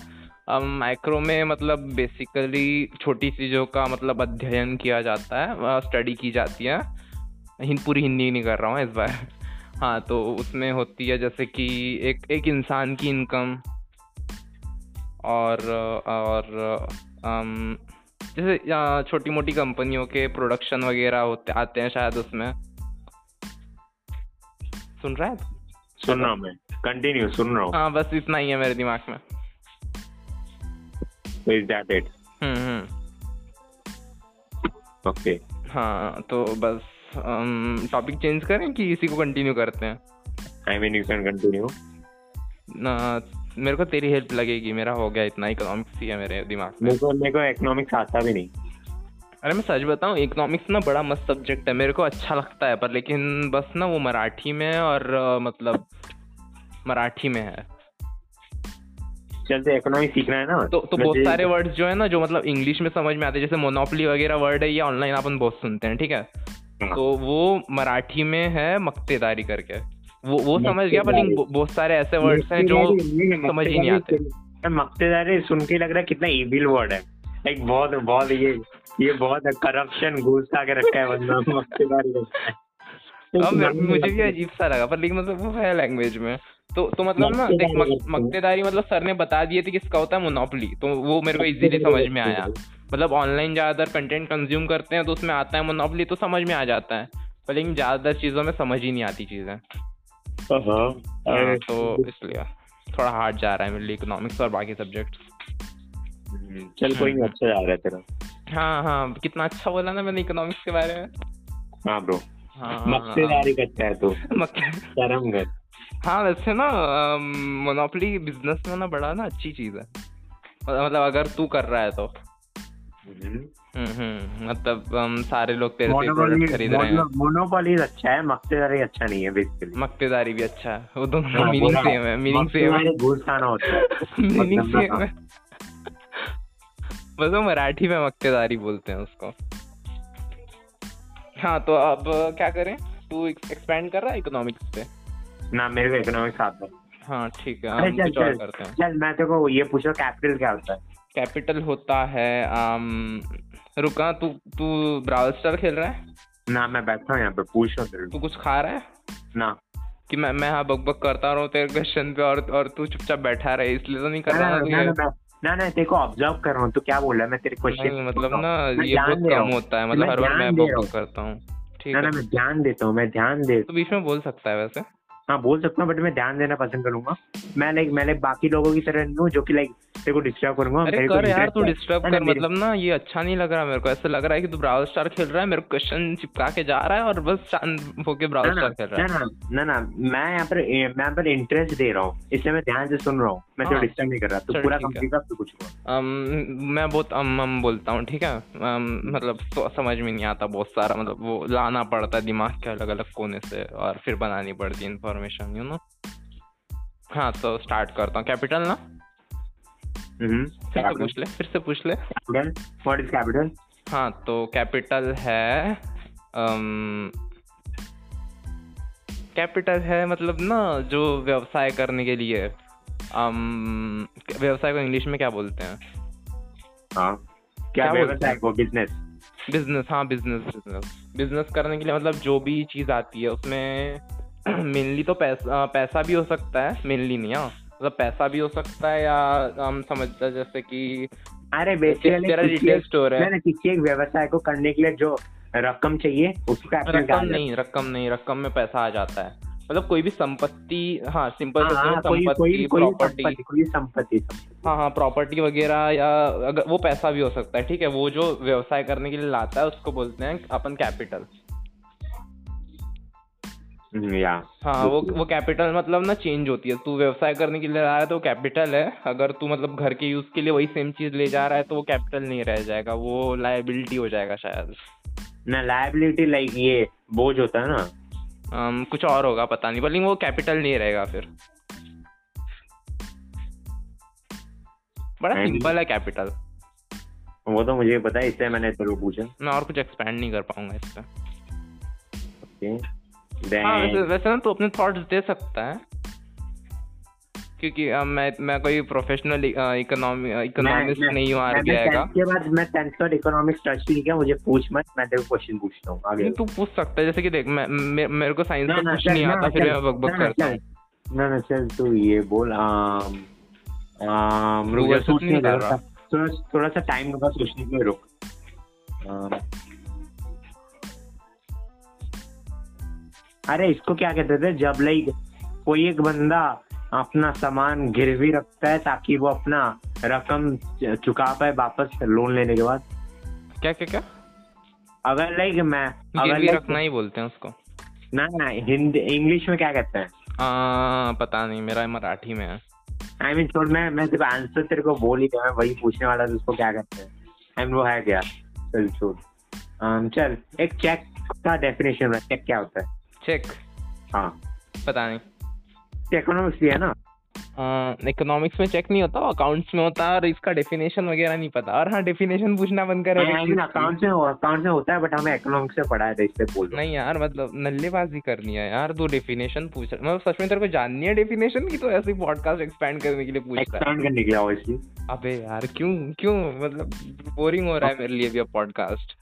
A: माइक्रो में मतलब बेसिकली छोटी चीज़ों का मतलब अध्ययन किया जाता है स्टडी की जाती है हिं, पूरी हिंदी नहीं कर रहा हूँ इस बार हाँ तो उसमें होती है जैसे कि एक एक इंसान की इनकम और और अम, जैसे छोटी मोटी कंपनियों के प्रोडक्शन वगैरह होते आते हैं शायद उसमें सुन रहा है तू?
B: सुन रहा हूँ मैं कंटिन्यू सुन रहा हूँ
A: हाँ बस इतना ही है मेरे दिमाग में
B: तो is that it
A: hmm hmm
B: okay
A: हाँ तो बस टॉपिक चेंज करें कि इसी को कंटिन्यू करते हैं
B: I mean you can continue
A: ना मेरे को तेरी हेल्प लगेगी मेरा हो गया इतना इकोनॉमिक्स ही है मेरे दिमाग में
B: मेरे को मेरे को इकोनॉमिक्स आता भी नहीं
A: अरे मैं सच बताऊँ इकोनॉमिक्स ना बड़ा मस्त सब्जेक्ट है मेरे को अच्छा लगता है पर लेकिन बस ना वो मराठी में है और अ, मतलब मराठी में है
B: चल तो इकोनॉमिक्स सीखना है ना
A: तो तो बहुत
B: मुझे-
A: सारे वर्ड्स जो है ना जो मतलब इंग्लिश में समझ में आते हैं जैसे मोनोपली वगैरह वर्ड है ये ऑनलाइन अपन बहुत सुनते हैं ठीक है
B: हाँ।
A: तो वो मराठी में है मक्तेदारी करके वो वो समझ गया पर लेकिन
B: मक्तेदारी।
A: बो- बहुत सारे ऐसे वर्ड्स हैं जो
B: मक्तेदारी- ये
A: समझ ही नहीं आते।
B: मक्तेदारी- मक्तेदारी सुन के लग रहा है कितना इविल वर्ड है एक बहुत बहुत ये ये बहुत करप्शन घूस खा के रखा है बंदा मक्तेदारी रखता है।
A: अब मेरे- हाँ, मुझे भी अजीब सा लगा पर लेकिन मतलब वो है लैंग्वेज में तो तो मतलब ना देख
B: मक्तेदारी
A: मक-
B: करते हैं।
A: मक्तेदारी मतलब सर ने बता दिए थे कि इसका होता है मोनोपली तो वो मेरे को इजीली समझ में आया मतलब ऑनलाइन ज़्यादातर कंटेंट कंज्यूम करते हैं तो उसमें आता है मोनोपली तो समझ में आ जाता है पर लेकिन ज़्यादातर चीज़ों में समझ ही नहीं आती चीज़ें
B: हाँ,
A: हाँ,
B: अरे,
A: तो इसलिए थोड़ा हार्ड जा रहा है मेरे लिए इकोनॉमिक्स और बाकी सब्जेक्ट
B: चल कोई
A: हम्म।
B: नहीं अच्छा जा रहा है तेरा
A: हाँ हाँ कितना अच्छा बोला ना मैंने इकोनॉमिक्स के बारे में
B: हाँ ब्रो
A: हाँ
B: मक्तेदारी करता है तू
A: मक-
B: शर्म कर
A: हाँ वैसे ना मोनोपली बिजनेस में ना बड़ा ना अच्छी चीज है मतलब अगर तू कर रहा है तो हम्म, हम्म, मतलब अम, सारे लोग तेरे से प्रोडक्ट खरीद रहे हैं
B: मोनोपोली अच्छा है मक्तेदारी अच्छा नहीं है बेसिकली
A: मक्तेदारी भी अच्छा है वो दोनों मीनिंग सेम है मीनिंग सेम है
B: घूस खाना होता है
A: मीनिंग
B: मतलब ना-
A: सेम है बस वो मराठी में मक्तेदारी बोलते हैं उसको हाँ तो अब क्या करें तू एक्सपेंड कर रहा है इकोनॉमिक्स पे
B: ना मेरे को इकोनॉमिक्स आता है
A: हाँ ठीक है
B: अरे
A: हम
B: चल
A: कुछ और
B: चल,
A: करते हैं
B: चल मैं तेरे को ये पूछो कैपिटल क्या होता है
A: कैपिटल होता है आम, रुका तू तू ब्राउल स्टार खेल रहा है
B: ना मैं बैठा हूँ यहाँ पे पूछ रहा हूँ तेरे
A: तू कुछ खा रहा है
B: को। ना
A: कि मैं मैं हाँ बक बक करता रहा हूँ तेरे क्वेश्चन पे और और तू चुपचाप बैठा रहे इसलिए तो नहीं कर
B: ना
A: रहा
B: ना
A: ना
B: ना
A: तुझे?
B: ना, ना ना ना तेरे को ऑब्जर्व कर रहा हूँ तू क्या बोल रहा है मैं तेरे क्वेश्चन
A: नहीं, मतलब ना
B: मैं
A: ये
B: ध्यान
A: बहुत
B: दे रहा
A: कम
B: हूँ।
A: होता है मतलब
B: मैं
A: हर बार
B: ध्यान
A: मैं
B: दे
A: बक
B: रहा
A: बक करता हूँ ठीक
B: ना ना
A: है
B: मैं ध्यान देता हूँ मैं ध्यान दे
A: तो बीच में बोल सकता है वैसे
B: हाँ बोल सकता हूँ बट मैं ध्यान देना पसंद करूंगा मैं लाइक मैं like, बाकी लोगों की तरह नहीं हूँ जो कि लाइक तेरे को डिस्टर्ब करूंगा
A: अरे
B: मेरे को
A: कर यार
B: interest
A: तू
B: है।
A: डिस्टर्ब
B: ना,
A: कर
B: ना, मेरे-
A: मतलब ना ये अच्छा नहीं लग रहा मेरे को ऐसा लग रहा है कि तू ब्राउल स्टार खेल रहा है मेरे क्वेश्चन चिपका के जा रहा है और बस शांत होके ब्राउल
B: ना
A: स्टार खेल रहा
B: ना
A: है
B: ना ना ना मैं यहाँ पर ए, मैं यहाँ पर इंटरेस्ट दे रहा हूँ इसलिए मैं ध्यान से सुन रहा हूँ मैं
A: हाँ।
B: तो डिस्टर्ब नहीं कर रहा तू
A: चल,
B: पूरा
A: ठीक है।
B: कंप्लीट कर कुछ
A: अम, मैं बहुत अम अम बोलता हूँ ठीक है अम, मतलब सो- समझ में नहीं आता बहुत सारा मतलब वो लाना पड़ता है दिमाग के अलग अलग कोने से और फिर बनानी पड़ती है इन्फॉर्मेशन यू नो हाँ तो स्टार्ट करता हूँ कैपिटल ना
B: हम्म,
A: फिर से पूछ ले फिर से पूछ ले
B: कैपिटल व्हाट इज कैपिटल
A: हाँ तो कैपिटल है अम, कैपिटल है मतलब ना जो व्यवसाय करने के लिए अम, व्यवसाय को इंग्लिश में क्या बोलते हैं
B: हाँ
A: क्या
B: क्या
A: बोलते
B: व्यवसाय को बिजनेस
A: बिजनेस हाँ बिजनेस बिजनेस बिजनेस करने के लिए मतलब जो भी चीज़ आती है उसमें मेनली तो पैसा पैसा भी हो सकता है मेनली नहीं हाँ मतलब पैसा भी हो सकता है या हम समझता है जैसे कि
B: अरे
A: ते-
B: बेसिकली
A: तेरा रिटेल स्टोर है
B: ना किसी एक व्यवसाय को करने के लिए जो रकम चाहिए उसका आपने
A: रकम
B: डाला।
A: नहीं रकम नहीं रकम में पैसा आ जाता है मतलब कोई भी संपत्ति हाँ सिंपल
B: हाँ, हाँ, कोई कोई
A: संपत्ति
B: कोई
A: प्रॉपर्टी
B: संपत्ति कोई संपत्ति
A: हाँ हाँ प्रॉपर्टी वगैरह या अगर वो पैसा भी हो सकता है ठीक है वो जो व्यवसाय करने के लिए लाता है उसको बोलते हैं अपन कैपिटल
B: हम्म, या
A: हाँ वो वो कैपिटल मतलब ना चेंज होती है तू व्यवसाय करने के लिए ला रहा है तो वो कैपिटल है अगर तू मतलब घर के यूज के लिए वही सेम चीज ले जा रहा है तो वो कैपिटल नहीं रह जाएगा वो लायबिलिटी हो जाएगा शायद
B: ना लाइबिलिटी लाइक ये बोझ होता है ना
A: अम, Um, कुछ और होगा पता नहीं बल्कि वो कैपिटल नहीं रहेगा फिर बड़ा
B: नहीं।
A: सिंपल है कैपिटल
B: वो तो मुझे पता है इसलिए मैंने तेरे को पूछा
A: मैं और कुछ एक्सपेंड नहीं कर पाऊंगा इस पे
B: ओके
A: हाँ वैसे वैसे ना तू अपने थॉट्स दे सकता है क्योंकि अ, मैं मैं कोई प्रोफेशनल इकोनॉमी इकोनॉमिस्ट
B: मैं-
A: नहीं हूँ आर
B: मैं
A: का
B: tenth के बाद मैं टेंथ का इकोनॉमिक्स टच नहीं किया मुझे पूछ मत मैं तेरे को क्वेश्चन पूछता हूँ आगे
A: नहीं तू पूछ सकता है जैसे कि देख मैं मे, मेरे को साइंस
B: ना,
A: का
B: ना,
A: कुछ
B: चल,
A: नहीं
B: ना,
A: आता फिर
B: चल,
A: मैं बकबक
B: ना, ना,
A: करता
B: चल।
A: हूँ
B: ना ना चल तू ये बोल आम आम रुक जा
A: गूगल सर्च
B: सोचने
A: नहीं
B: दे
A: कर
B: थोड़ा
A: रहा।
B: सा- थोड़ा थोड़ा सा टाइम लगा सोचने के लिए रुक आम, अरे इसको क्या कहते थे जब लाइक कोई एक बंदा अपना सामान गिरवी रखता है ताकि वो अपना रकम च- चुका पाए वापस लोन लेने के बाद
A: क्या क्या क्या
B: अगर लाइक मैं अगर
A: गिरवी
B: like-
A: रखना ही बोलते हैं उसको
B: ना ना हिंदी इंग्लिश में क्या कहते हैं
A: आ, हाँ, पता नहीं मेरा मराठी में है
B: आई मीन छोड़ मैं मैं तेरे आंसर तेरे को बोल ही दिया मैं वही पूछने वाला था उसको क्या कहते हैं आई मीन वो है क्या चल छोड़ um, चल एक चेक का डेफिनेशन है चेक क्या होता है
A: चेक
B: हाँ
A: पता नहीं
B: इकोनॉमिक्स भी है ना
A: इकोनॉमिक्स में चेक नहीं होता अकाउंट्स में होता है और इसका डेफिनेशन वगैरह नहीं पता और हाँ डेफिनेशन पूछना बंद कर
B: आई मीन अकाउंट में अकाउंट में होता है बट हमें इकोनॉमिक्स में पढ़ाया था तो इसलिए बोल रहा
A: नहीं यार मतलब नल्लेबाजी करनी है यार तू डेफिनेशन पूछ रहा मतलब सच में तेरे को जाननी है डेफिनेशन की तो ऐसे ही पॉडकास्ट एक्सपेंड करने के लिए पूछ
B: हूँ
A: रहा है
B: एक्सपेंड करने के लिए ऑब्वियसली
A: अबे यार क्यों क्यों मतलब बोरिंग हो रहा है मेरे लिए भी अब पॉडकास्ट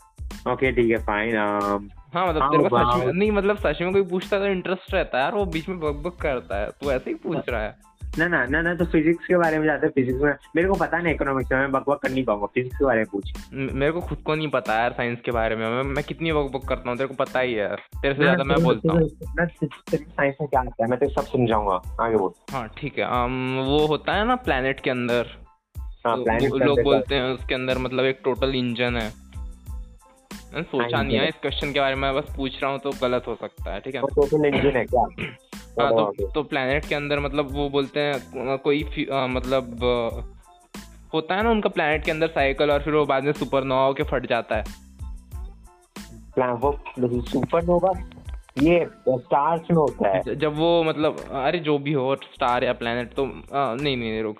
B: ओके ठीक है um, फाइन
A: हाँ मतलब
B: How
A: तेरे को सच में
B: about-
A: नहीं मतलब सच में कोई पूछता है तो इंटरेस्ट रहता है यार वो बीच में बकबक करता है तू ऐसे ही पूछ रहा है
B: ना ना ना ना तो फिजिक्स के बारे में जाते हैं फिजिक्स में मेरे को पता नहीं इकोनॉमिक्स में मैं बकवास कर नहीं पाऊंगा फिजिक्स के बारे में पूछ
A: म- मेरे को खुद को नहीं पता यार साइंस के बारे में मैं, मैं कितनी बकबक करता हूँ तेरे को पता ही है यार। तेरे से ज्यादा मैं बोलता हूँ
B: साइंस में क्या आता है मैं तो सब समझाऊंगा आगे बोल
A: हाँ ठीक है अम, वो होता है ना प्लेनेट के अंदर
B: हाँ
A: तो
B: planet
A: वो-
B: का
A: लोग
B: देखो।
A: बोलते हैं उसके अंदर मतलब एक टोटल इंजन है मैंने सोचा
B: हाँ,
A: नहीं है
B: इंजन।
A: इस क्वेश्चन के बारे में बस पूछ रहा हूँ तो गलत हो सकता है ठीक है
B: और टोटल इंजन है क्या
A: हाँ
B: बताओ
A: तो
B: आगे।
A: तो planet के अंदर मतलब वो बोलते हैं अ, कोई फ्यू- अ, मतलब अ, होता है ना उनका प्लेनेट के अंदर साइकिल और फिर वो बाद में सुपरनोवा के फट जाता है
B: Plan- वो सुपरनोवा ये स्टार्स में होता है
A: ज- जब वो मतलब अरे जो भी हो स्टार या प्लेनेट तो अ, नहीं नहीं नहीं, रुक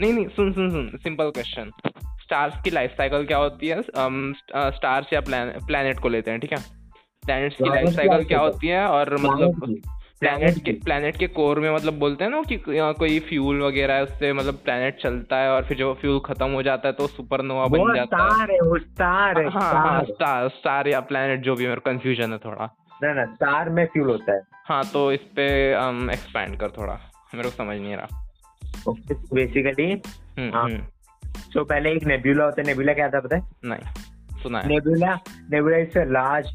A: नहीं नहीं सुन सुन सुन सिंपल क्वेश्चन स्टार्स की लाइफ साइकिल क्या होती है स्टार्स या प्लेनेट को लेते हैं ठीक है प्लैनेट्स की
B: Planet
A: लाइफ
B: की
A: साइकिल
B: life
A: क्या
B: cycle।
A: होती है और मतलब
B: प्लैनेट
A: प्लैनेट के प्लैनेट के कोर में मतलब बोलते हैं ना कि यहाँ कोई फ्यूल वगैरह है उससे मतलब प्लैनेट चलता है और फिर जो फ्यूल खत्म हो जाता है तो सुपरनोवा बन
B: वो
A: जाता है
B: स्टार है वो स्टार है
A: हाँ हाँ
B: star।
A: स्टार स्टार या प्लैनेट जो भी मेरा कंफ्यूजन है थोड़ा
B: ना ना स्टार में फ्यूल होता है
A: हाँ तो इस पे एक्सपैंड कर थोड़ा मेरे को समझ नहीं रहा
B: बेसिकली
A: हम्म,
B: हाँ।
A: हम्म,
B: तो पहले एक नेबुला होता है नेबुला क्या था पता है
A: हाँ। नहीं सुना है
B: नेबुला नेबुला इज लार्ज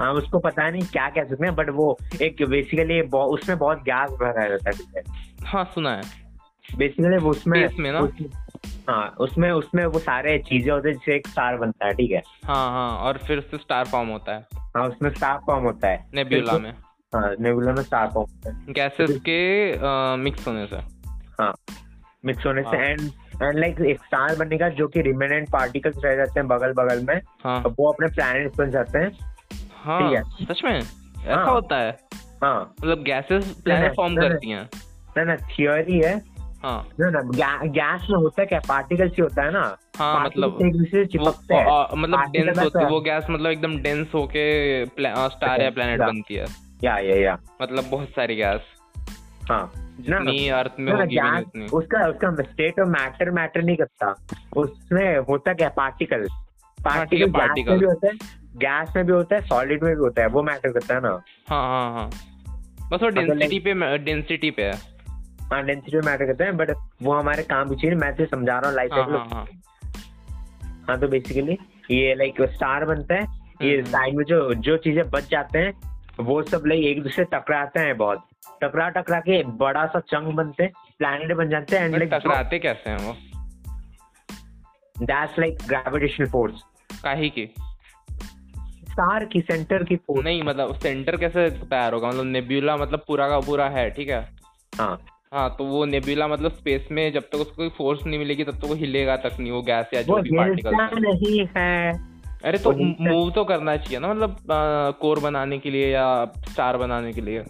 B: हाँ उसको पता नहीं क्या कह सकते हैं बट वो एक बेसिकली उसमें बहुत गैस भरा रहता है ठीक है
A: हाँ सुना है
B: बेसिकली वो उसमें
A: Space में ना?
B: उस- हाँ उसमें उसमें वो सारे चीजें होते हैं जिससे एक स्टार बनता है ठीक है
A: हाँ हाँ और फिर से स्टार फॉर्म होता है
B: हाँ उसमें स्टार फॉर्म होता है
A: नेब्यूला में
B: हाँ नेबुला में स्टार फॉर्म होता है
A: गैसेस के मिक्स होने से
B: मिक्स होने से
A: हाँ।
B: एंड एंड लाइक एक स्टार बनने का जो कि रिमेनेंट पार्टिकल्स रह जाते हैं बगल बगल में
A: हाँ
B: अब वो अपने प्लैनेट्स बन जाते हैं
A: हाँ
B: ठीक है।
A: सच में ऐसा
B: हाँ।
A: होता है
B: हाँ
A: मतलब गैसेस प्लैनेट
B: नहीं,
A: फॉर्म
B: नहीं,
A: करती हैं
B: ना ना थियोरी है
A: हाँ
B: ना ना गैस में होता है क्या पार्टिकल्स ही होता है ना
A: हाँ मतलब
B: particles एक दूसरे से
A: वो-
B: चिपकते हैं
A: आ, मतलब
B: आगे
A: डेंस
B: का
A: होती है
B: तो-
A: वो गैस मतलब एकदम डेंस होके स्टार या प्लैनेट
B: या।
A: बनती है
B: या या या
A: मतलब बहुत सारी गैस
B: हाँ ना, ना।
A: जितनी अर्थ में
B: ना,
A: होगी भी नहीं
B: gas-
A: उतनी
B: उसका उसका स्टेट और मैटर मैटर नहीं करता उसमें होता क्या पार्टिकल
A: ठीक है,
B: पार्टिकल गैस
A: particle।
B: में भी होता है गैस में भी होता है सॉलिड में भी होता है वो मैटर करता है ना
A: हाँ हाँ हाँ बस वो
B: मतलब
A: डेंसिटी पे डेंसिटी पे है
B: हाँ डेंसिटी में मैटर करता है बट वो हमारे काम की चीज नहीं, मैं तो समझा रहा हूँ लाइफ
A: हाँ हाँ हाँ
B: साइकिल हाँ तो बेसिकली ये लाइक स्टार बनता है ये
A: हम्म।
B: साइड में जो जो चीजें बच जाते हैं वो सब लाइक एक दूसरे से टकराते हैं बहुत टकरा टकरा के बड़ा सा चंग बनते हैं प्लैनेट बन जाते हैं एंड
A: बट
B: लाइक
A: टकराते कैसे हैं वो
B: दैट्स लाइक ग्रेविटेशनल फोर्स
A: काहे की
B: स्टार की सेंटर की फोर्स
A: नहीं मतलब सेंटर कैसे तैयार होगा मतलब नेब्यूला मतलब पूरा का पूरा है ठीक है
B: हाँ
A: हाँ तो वो नेब्यूला मतलब स्पेस में जब तक उसको कोई फोर्स नहीं मिलेगी तब तक वो हिलेगा तक नहीं वो गैस या
B: वो
A: जो भी
B: हिलता
A: पार्टिकल
B: नहीं है
A: अरे तो
B: वो हिलता-
A: मूव तो करना चाहिए ना मतलब कोर बनाने के लिए या स्टार बनाने के लिए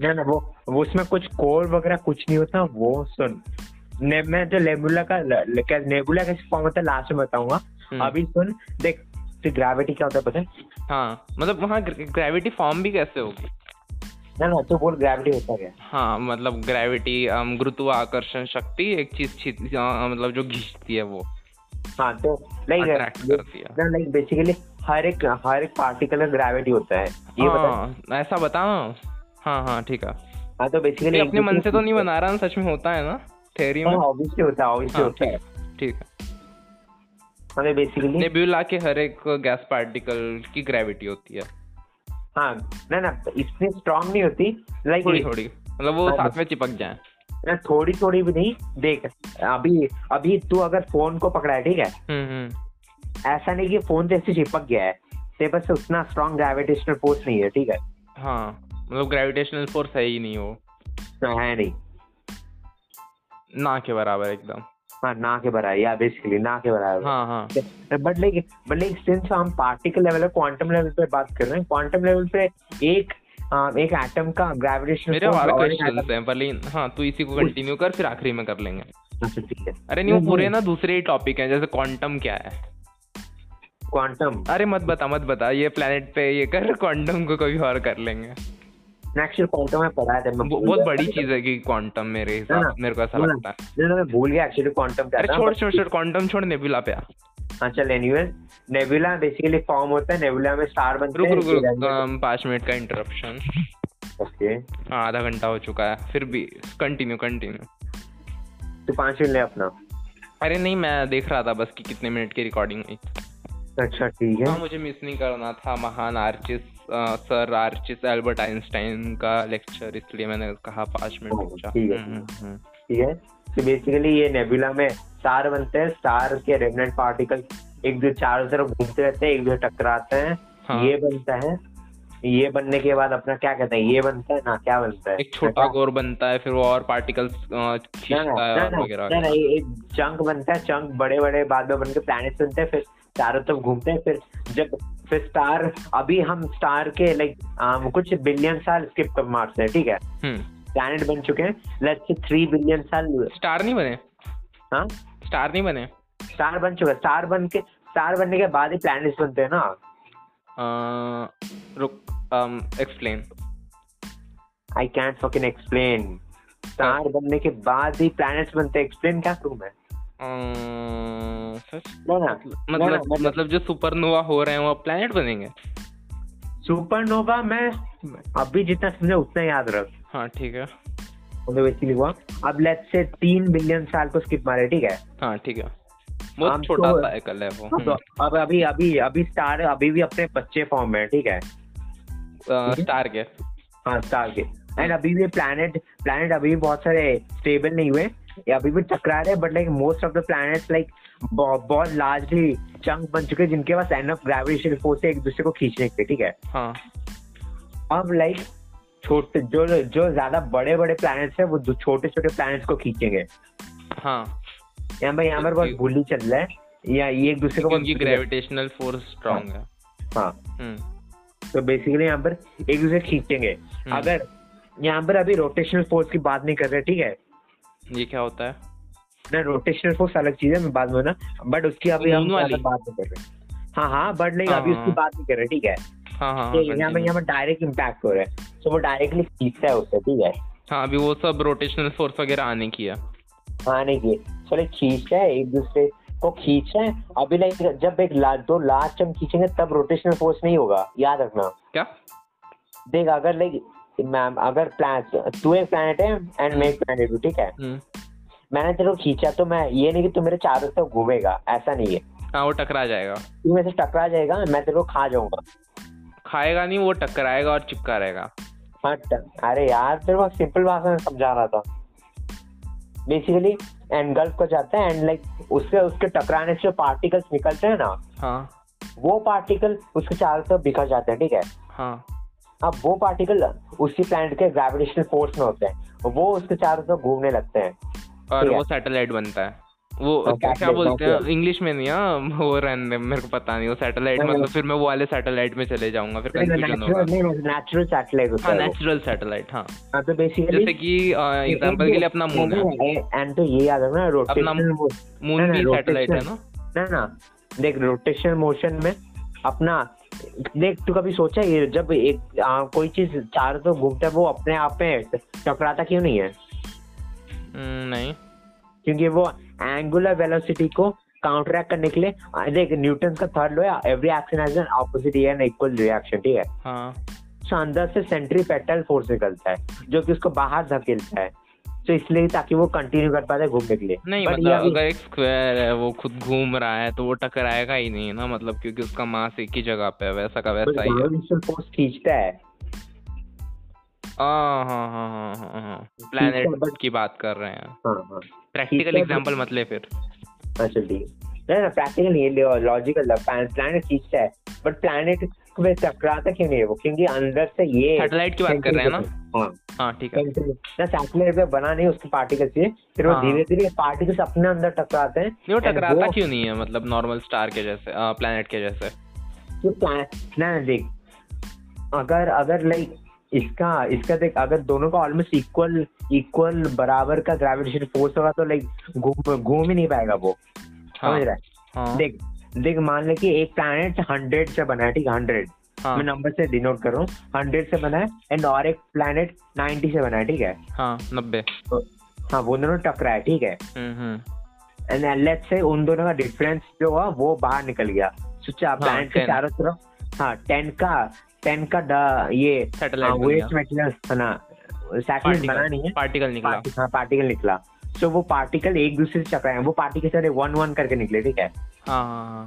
B: ना ना वो वो उसमें कुछ कोर वगैरह कुछ नहीं होता वो सुन ने, मैं जो नेबुला का नेबुला कैसे फॉर्म होता है लास्ट में बताऊंगा
A: हम्म,
B: अभी सुन देख ग्रेविटी क्या होता है पता है
A: हाँ मतलब वहाँ ग्रेविटी फॉर्म भी कैसे होगी
B: ना ना तो बोल ग्रेविटी होता क्या है?
A: हाँ मतलब ग्रेविटी गुरुत्वाकर्षण शक्ति एक चीज खींच अ, मतलब जो खींचती है वो
B: हाँ तो
A: अट्रैक्ट
B: लाइक
A: करती है
B: ना लाइक बेसिकली हर एक हर एक पार्टिकल का ग्रेविटी होता है ये बता
A: हाँ ऐसा बताओ हाँ हाँ ठीक है
B: हाँ तो
A: ये
B: बेसिकली
A: अपने मन से तो नहीं बना रहा ना सच में होता है ना थ्योरी में
B: ऑब्वियसली हाँ, होता है ऑब्वियसली
A: हाँ,
B: होता है
A: ठीक है
B: हमें बेसिकली
A: नेब्यूला के हर एक गैस पार्टिकल की ग्रेविटी होती है
B: हाँ ना ना इतनी स्ट्रांग नहीं होती
A: थोड़ी
B: लाइक
A: थोड़ी मतलब वो
B: हाँ,
A: साथ में चिपक जाए
B: ना थोड़ी थोड़ी भी नहीं देख अभी अभी तू अगर फोन को पकड़ा है ठीक है
A: हम्म हम्म
B: ऐसा नहीं कि फोन जैसे चिपक गया है ते बस उतना स्ट्रांग ग्रेविटेशनल फोर्स नहीं है ठीक है
A: हाँ मतलब ग्रेविटेशनल फोर्स है ही नहीं वो
B: ना है नहीं
A: ना के बराबर एकदम
B: हाँ ना के बराबर या बेसिकली ना के बराबर
A: हाँ हाँ
B: but like but like since हम पार्टिकल लेवल क्वांटम लेवल पे बात कर रहे हैं क्वांटम लेवल पे एक आ, एक एटम का ग्रेविटेशनल
A: मेरे और क्वेश्चन हैं पहले हाँ तू इसी को कंटिन्यू कर फिर आखिरी में कर लेंगे
B: ठीक है
A: अरे नहीं वो
B: नहीं,
A: पूरे
B: नहीं।
A: ना दूसरे ही टॉपिक हैं जैसे क्वांटम क्या है
B: क्वांटम
A: अरे मत बता मत बता ये प्लेनेट पे ये कर क्वांटम को कभी और कर लेंगे
B: मतलब एक्चुअली क्वांटम में पढ़ाया था मैं
A: वो-
B: भूल
A: बहुत
B: गया।
A: बड़ी चीज है कि क्वांटम मेरे
B: ना,
A: हिसाब मेरे को ऐसा
B: ना,
A: लगता है
B: नहीं, नहीं, मैं भूल गया एक्चुअली क्वांटम क्या
A: अरे
B: था
A: छोड़
B: but-
A: छोड़ छोड़ क्वांटम छोड़ नेबुला पे आ।
B: हाँ चल एनीवेज नेबुला बेसिकली फॉर्म होता है नेबुला में स्टार बनते
A: रुक
B: हैं
A: रुक रुक अम, पाँच मिनट का इंटरप्शन
B: ओके
A: हाँ आधा घंटा हो चुका है फिर भी कंटिन्यू कंटिन्यू
B: तो पांच मिनट ले अपना
A: अरे नहीं मैं देख रहा था बस कि कितने मिनट की रिकॉर्डिंग हुई
B: अच्छा ठीक है
A: हाँ मुझे मिस नहीं करना था महान आर्चिस अ, सर आर्चिस एल्बर्ट आइंस्टाइन का लेक्चर इसलिए मैंने कहा पाँच मिनट
B: ओह,
A: रुक जा।
B: ठीक है।
A: हम्म, हम्म,
B: ठीक है तो बेसिकली ये नेबुला में स्टार बनते हैं स्टार के रेमनेंट पार्टिकल एक दूसरे चारों तरफ घूमते रहते हैं एक दूसरे टकराते हैं
A: हाँ।
B: ये बनता है ये बनने के बाद अपना क्या कहते हैं ये बनता है ना क्या बनता है
A: एक छोटा गोर बनता है फिर वो और पार्टिकल्स
B: ना ना
A: खींचता है
B: ना
A: और
B: ना,
A: वगैरह
B: ना, ना,
A: वगैरह।
B: ये एक चंक बनता है चंक बड़े बड़े बाद में बनके प्लैनेट्स बनते हैं फिर चारों तरफ घूमते हैं फिर जब फिर स्टार अभी हम स्टार के लाइक कुछ बिलियन साल स्किप कर मारते हैं ठीक है
A: हम्म
B: प्लैनेट बन चुके हैं लेट्स थ्री बिलियन साल
A: स्टार नहीं बने
B: हाँ
A: स्टार नहीं बने
B: स्टार बन चुका है स्टार बन के स्टार बनने के बाद ही प्लैनेट्स बनते हैं ना
A: अ, रुक explain
B: I can't fucking explain star बनने के बाद ही प्लैनेट्स बनते हैं एक्सप्लेन क्या करूं मैं
A: सच
B: ना ना ना,
A: मतलब
B: मतलब-
A: मतलब जो सुपरनोवा हो रहे हैं वो प्लेनेट बनेंगे
B: सुपरनोवा मैं अभी जितना समझा उतना याद रख
A: हाँ ठीक है
B: मतलब वैसे ही हुआ अब लेट्स से तीन बिलियन साल को स्किप मारे ठीक है
A: हाँ ठीक है
B: हम
A: बहुत छोटा
B: तो-
A: साइकिल है वो
B: अब अब अभी अभी अभी स्टार अभी भी अपने बच्चे फॉर्म में है, ठीक है
A: हम्म, अ, स्टार के
B: हाँ स्टार के एंड अभी भी प्लैनेट प्लैनेट अभी भी बहुत सारे स्टेबल नहीं हुए ये अभी भी टकरा रहे but like most of the planets like बहुत लार्जली चंक बन चुके हैं जिनके पास एनफ ग्रेविटेशन फोर्स है एक दूसरे को खींचने के लिए, ठीक है
A: हाँ
B: अब लाइक छोटे जो जो ज्यादा बड़े बड़े प्लैनेट्स हैं वो छोटे छोटे प्लैनेट्स को खींचेंगे
A: हाँ
B: यहाँ पे यहाँ पर बहुत भूली चल रहा है या ये एक दूसरे को
A: क्योंकि ग्रेविटेशनल फोर्स स्ट्रांग है
B: तो हाँ
A: हम्म,
B: तो बेसिकली यहाँ पर एक दूसरे को खींचेंगे
A: हम्म।
B: अगर यहाँ पर अभी रोटेशनल फोर्स की बात नहीं कर रहे ठीक है
A: ये क्या होता है
B: ना रोटेशनल फोर्स अलग चीज है मैं बाद में ना बट उसकी अभी हम
A: Moon वाली?
B: ज्यादा बात नहीं कर रहे हाँ हाँ बट नहीं
A: हाँ,
B: अभी उसकी
A: हाँ।
B: बात नहीं कर रहे ठीक है
A: हाँ हाँ
B: ये
A: हाँ
B: यहाँ पर
A: continue।
B: यहाँ पर डायरेक्ट इम्पैक्ट हो रहा है तो वो डायरेक्टली खींचता है उससे ठीक है
A: हाँ अभी वो सब रोटेशनल फोर्स वगैरह आने की है
B: हाँ नहीं ये सॉरी खींचता है एक दूसरे को खींच रहे हैं अभी लाइक जब एक ला, दो लास्ट हम खींचेंगे तब रोटेशनल फोर्स नहीं होगा याद रखना
A: क्या
B: देख अगर लाइक मैम अगर प्लान तू एक प्लानट है एंड मैं एक प्लानट हूँ ठीक है
A: हम्म,
B: मैंने तेरे को खींचा तो मैं ये नहीं कि तू मेरे चारों तरफ घूमेगा ऐसा नहीं है
A: हाँ वो टकरा जाएगा
B: तू ऐसे टकरा जाएगा मैं तेरे को खा जाऊंगा
A: खाएगा नहीं वो टकराएगा और चिपका रहेगा
B: हाँ ट- अरे यार तेरे को सिंपल भाषा में समझा रहा था बेसिकली एनगल्फ को जाता है एंड लाइक उसके उसके टकराने से जो पार्टिकल्स निकलते हैं ना
A: हाँ
B: वो पार्टिकल उसके चारों तरफ बिखर जाते हैं ठीक है
A: हाँ
B: अब वो पार्टिकल उसी प्लैनेट के ग्रेविटेशनल फोर्स में होते हैं वो उसके चारों तरफ घूमने लगते हैं
A: और
B: ठीक है।
A: वो सैटेलाइट बनता है वो
B: हाँ,
A: क्या क्या
B: satellite
A: बोलते
B: बनता
A: हैं इंग्लिश में नहीं हाँ वो रहने दे, मेरे को पता नहीं वो सैटेलाइट
B: नहीं,
A: मतलब फिर मैं वो वाले सैटेलाइट में चले जाऊंगा फिर कंफ्यूजन होगा
B: नेचुरल सैटेलाइट होता
A: हाँ
B: है वो।
A: नेचुरल सैटेलाइट हाँ
B: हाँ, तो
A: जैसे
B: बेसिकली
A: कि एग्जांपल के लिए अपना मून है
B: एंड तो ये याद रखना रोटेशनल
A: मून
B: नहीं,
A: भी
B: नहीं,
A: सैटेलाइट है ना
B: rotation। ना ना देख रोटेशनल मोशन में अपना देख तू कभी सोचा है ये जब एक आ, कोई चीज चारों तरफ घूमता है वो अपने आप में टकराता क्यों नहीं है
A: हम्म, नहीं
B: क्योंकि वो एंगुलर वेलोसिटी को काउंटरैक्ट करने के लिए आ, देख न्यूटन का थर्ड लॉ है every action has an opposite and equal reaction ठीक है
A: हाँ
B: उसके अंदर से सेंट्री फोर्स निकलता है जो कि उसको बाहर धकेलता है तो इसलिए ताकि वो कंटिन्यू कर पाता है घूमने के लिए
A: नहीं
B: But
A: मतलब
B: ये-
A: अगर एक स्क्वायर है वो खुद घूम रहा है तो वो टकराएगा ही नहीं ना मतलब क्योंकि उसका मास एक ही जगह पे है वैसा का वैसा ही है
B: ग्रेविटेशनल फोर्स खींचता है
A: हाँ हाँ हाँ हाँ हाँ हाँ
B: ठीक है,
A: प्लैनेट
B: but-
A: की बात कर रहे हैं
B: हाँ हाँ
A: प्रैक्टिकल
B: but-
A: एग्जांपल मत ले फिर
B: अच्छा ठीक है ना प्रैक्टिकल ये लॉजिकल प्लानट खींचता है बट प्लानट में टकराता क्यों नहीं है वो क्योंकि अंदर से ये
A: सैटेलाइट की बात कर रहे हैं ना
B: हाँ
A: हाँ ठीक है
B: सैटेलाइट पे बना नहीं उसके पार्टिकल से फिर वो
A: हाँ।
B: धीरे धीरे पार्टिकल्स अपने अंदर टकराते हैं
A: नहीं वो
B: And
A: टकराता
B: वो-
A: क्यों नहीं है मतलब नॉर्मल स्टार के जैसे प्लैनेट के जैसे
B: तो planet- ना ना, देख अगर अगर लाइक इसका इसका देख अगर दोनों का ऑलमोस्ट इक्वल इक्वल बराबर का ग्रेविटेशन फोर्स होगा तो लाइक घूम घूम ही नहीं पाएगा वो
A: हाँ
B: समझ रहा है
A: हाँ
B: देख देख मान ले कि एक प्लैनेट हंड्रेड से बना है ठीक हंड्रेड
A: हाँ
B: मैं नंबर से डिनोट कर रहा हूँ हंड्रेड से बना है एंड और एक प्लैनेट 90 से बना है ठीक है
A: हाँ नब्बे
B: हाँ वो दोनों टकरा है ठीक है
A: हम्म हम्म
B: एंड लेट्स से उन दोनों का डिफरेंस जो हुआ वो बाहर निकल गया सोचा प्लैनेट के
A: 10.
B: चारों तरफ हाँ टेन का टेन का डा- ये
A: सैटेलाइट बन
B: वेस्ट
A: गया
B: मटेरियल बना सैटेलाइट बना नहीं है
A: पार्टिकल पार्टिकल निकला
B: पार्टिकल हाँ पार्टिकल निकला तो वो पार्टिकल एक दूसरे से टकराए वो पार्टिकल सारे वन वन करके निकले ठीक है
A: हाँ हाँ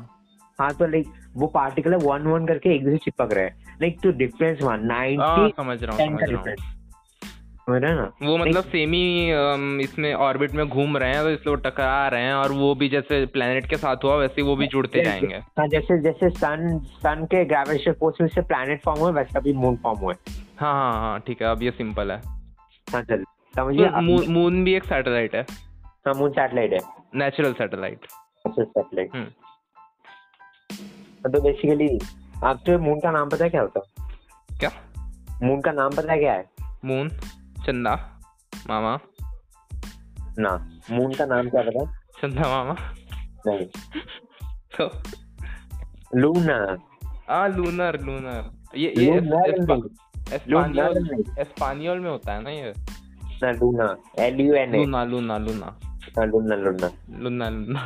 B: हाँ तो लाइक वो पार्टिकल वन वन करके एक दूसरे से चिपक रहे हैं लाइक तो डिफरेंस वन
A: हाँ हाँ,
B: नाइनटी
A: समझ रहा हूँ
B: टेन का
A: समझ रहा हूँ
B: डिफरेंस समझ रहे हो ना
A: वो मतलब सेमी अम, इसमें ऑर्बिट में घूम रहे हैं तो इसलिए वो टकरा रहे हैं और वो भी जैसे प्लेनेट के साथ हुआ वैसे ही वो भी जुड़ते
B: Yes,
A: जाएंगे
B: हाँ जैसे जैसे सन सन के ग्रेविटेशन फोर्स में से प्लैनेट फॉर्म हुए वैसे अभी मून फॉर्म हुए
A: हाँ हाँ हाँ ठीक है अब ये सिंपल है
B: हाँ चल समझिए
A: तो मून मून भी एक सैटेलाइट है
B: मून सैटेलाइट है
A: नेचुरल सैटेलाइट
B: सैटेलाइट
A: हम्म।
B: तो बेसिकली आपको मून का नाम पता है क्या होता है
A: क्या
B: मून का नाम पता है क्या है
A: मून चंदा मामा
B: ना मून का नाम क्या पता है
A: चंदा मामा
B: नहीं
A: तो
B: लूना
A: हाँ लूनर लूनर ये ये
B: लूनर
A: एस्पा-
B: नहीं लूनर
A: एस्पानियोल
B: नहीं
A: एस्पानियोल में होता है ना ये
B: ना luna L U N A
A: luna luna luna
B: luna luna
A: luna luna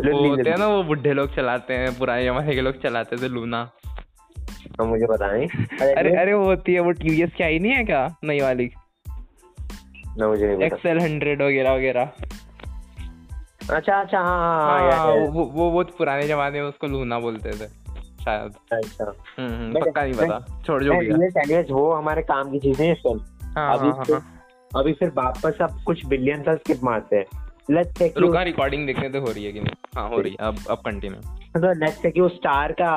A: वो होते
B: लूना
A: हैं ना वो बुढ़े लोग चलाते हैं पुराने जमाने के लोग चलाते थे लूना
B: हाँ, मुझे पता नहीं
A: अरे अरे वो होती है वो टीवीएस की आई नहीं है क्या नई वाली
B: ना मुझे नहीं पता
A: एक्सएल हंड्रेड वगैरह वगैरह
B: अच्छा अच्छा हाँ हाँ हाँ
A: हाँ
B: यार,
A: वो वो बहुत पुराने जमाने में उसको लूना बोलते थे शायद
B: यार, अच्छा
A: हम्म, हम्म,
B: मैं-
A: पक्का नहीं
B: मैं-
A: पता छोड़ जो भी है
B: एनिमल्स एनिमल्स वो हमारे काम की चीजें हैं सुन
A: हाँ
B: अभी
A: हाँ हाँ
B: फिर- अभी फिर वापस अब कुछ बिलियन का स्किप मारते हैं लेट्स से
A: हाँ। रुका रिकॉर्डिंग देखने तो हो रही है कि नहीं हाँ हो रही है अब अब कंटिन्यू
B: लेट्स से कि वो स्टार का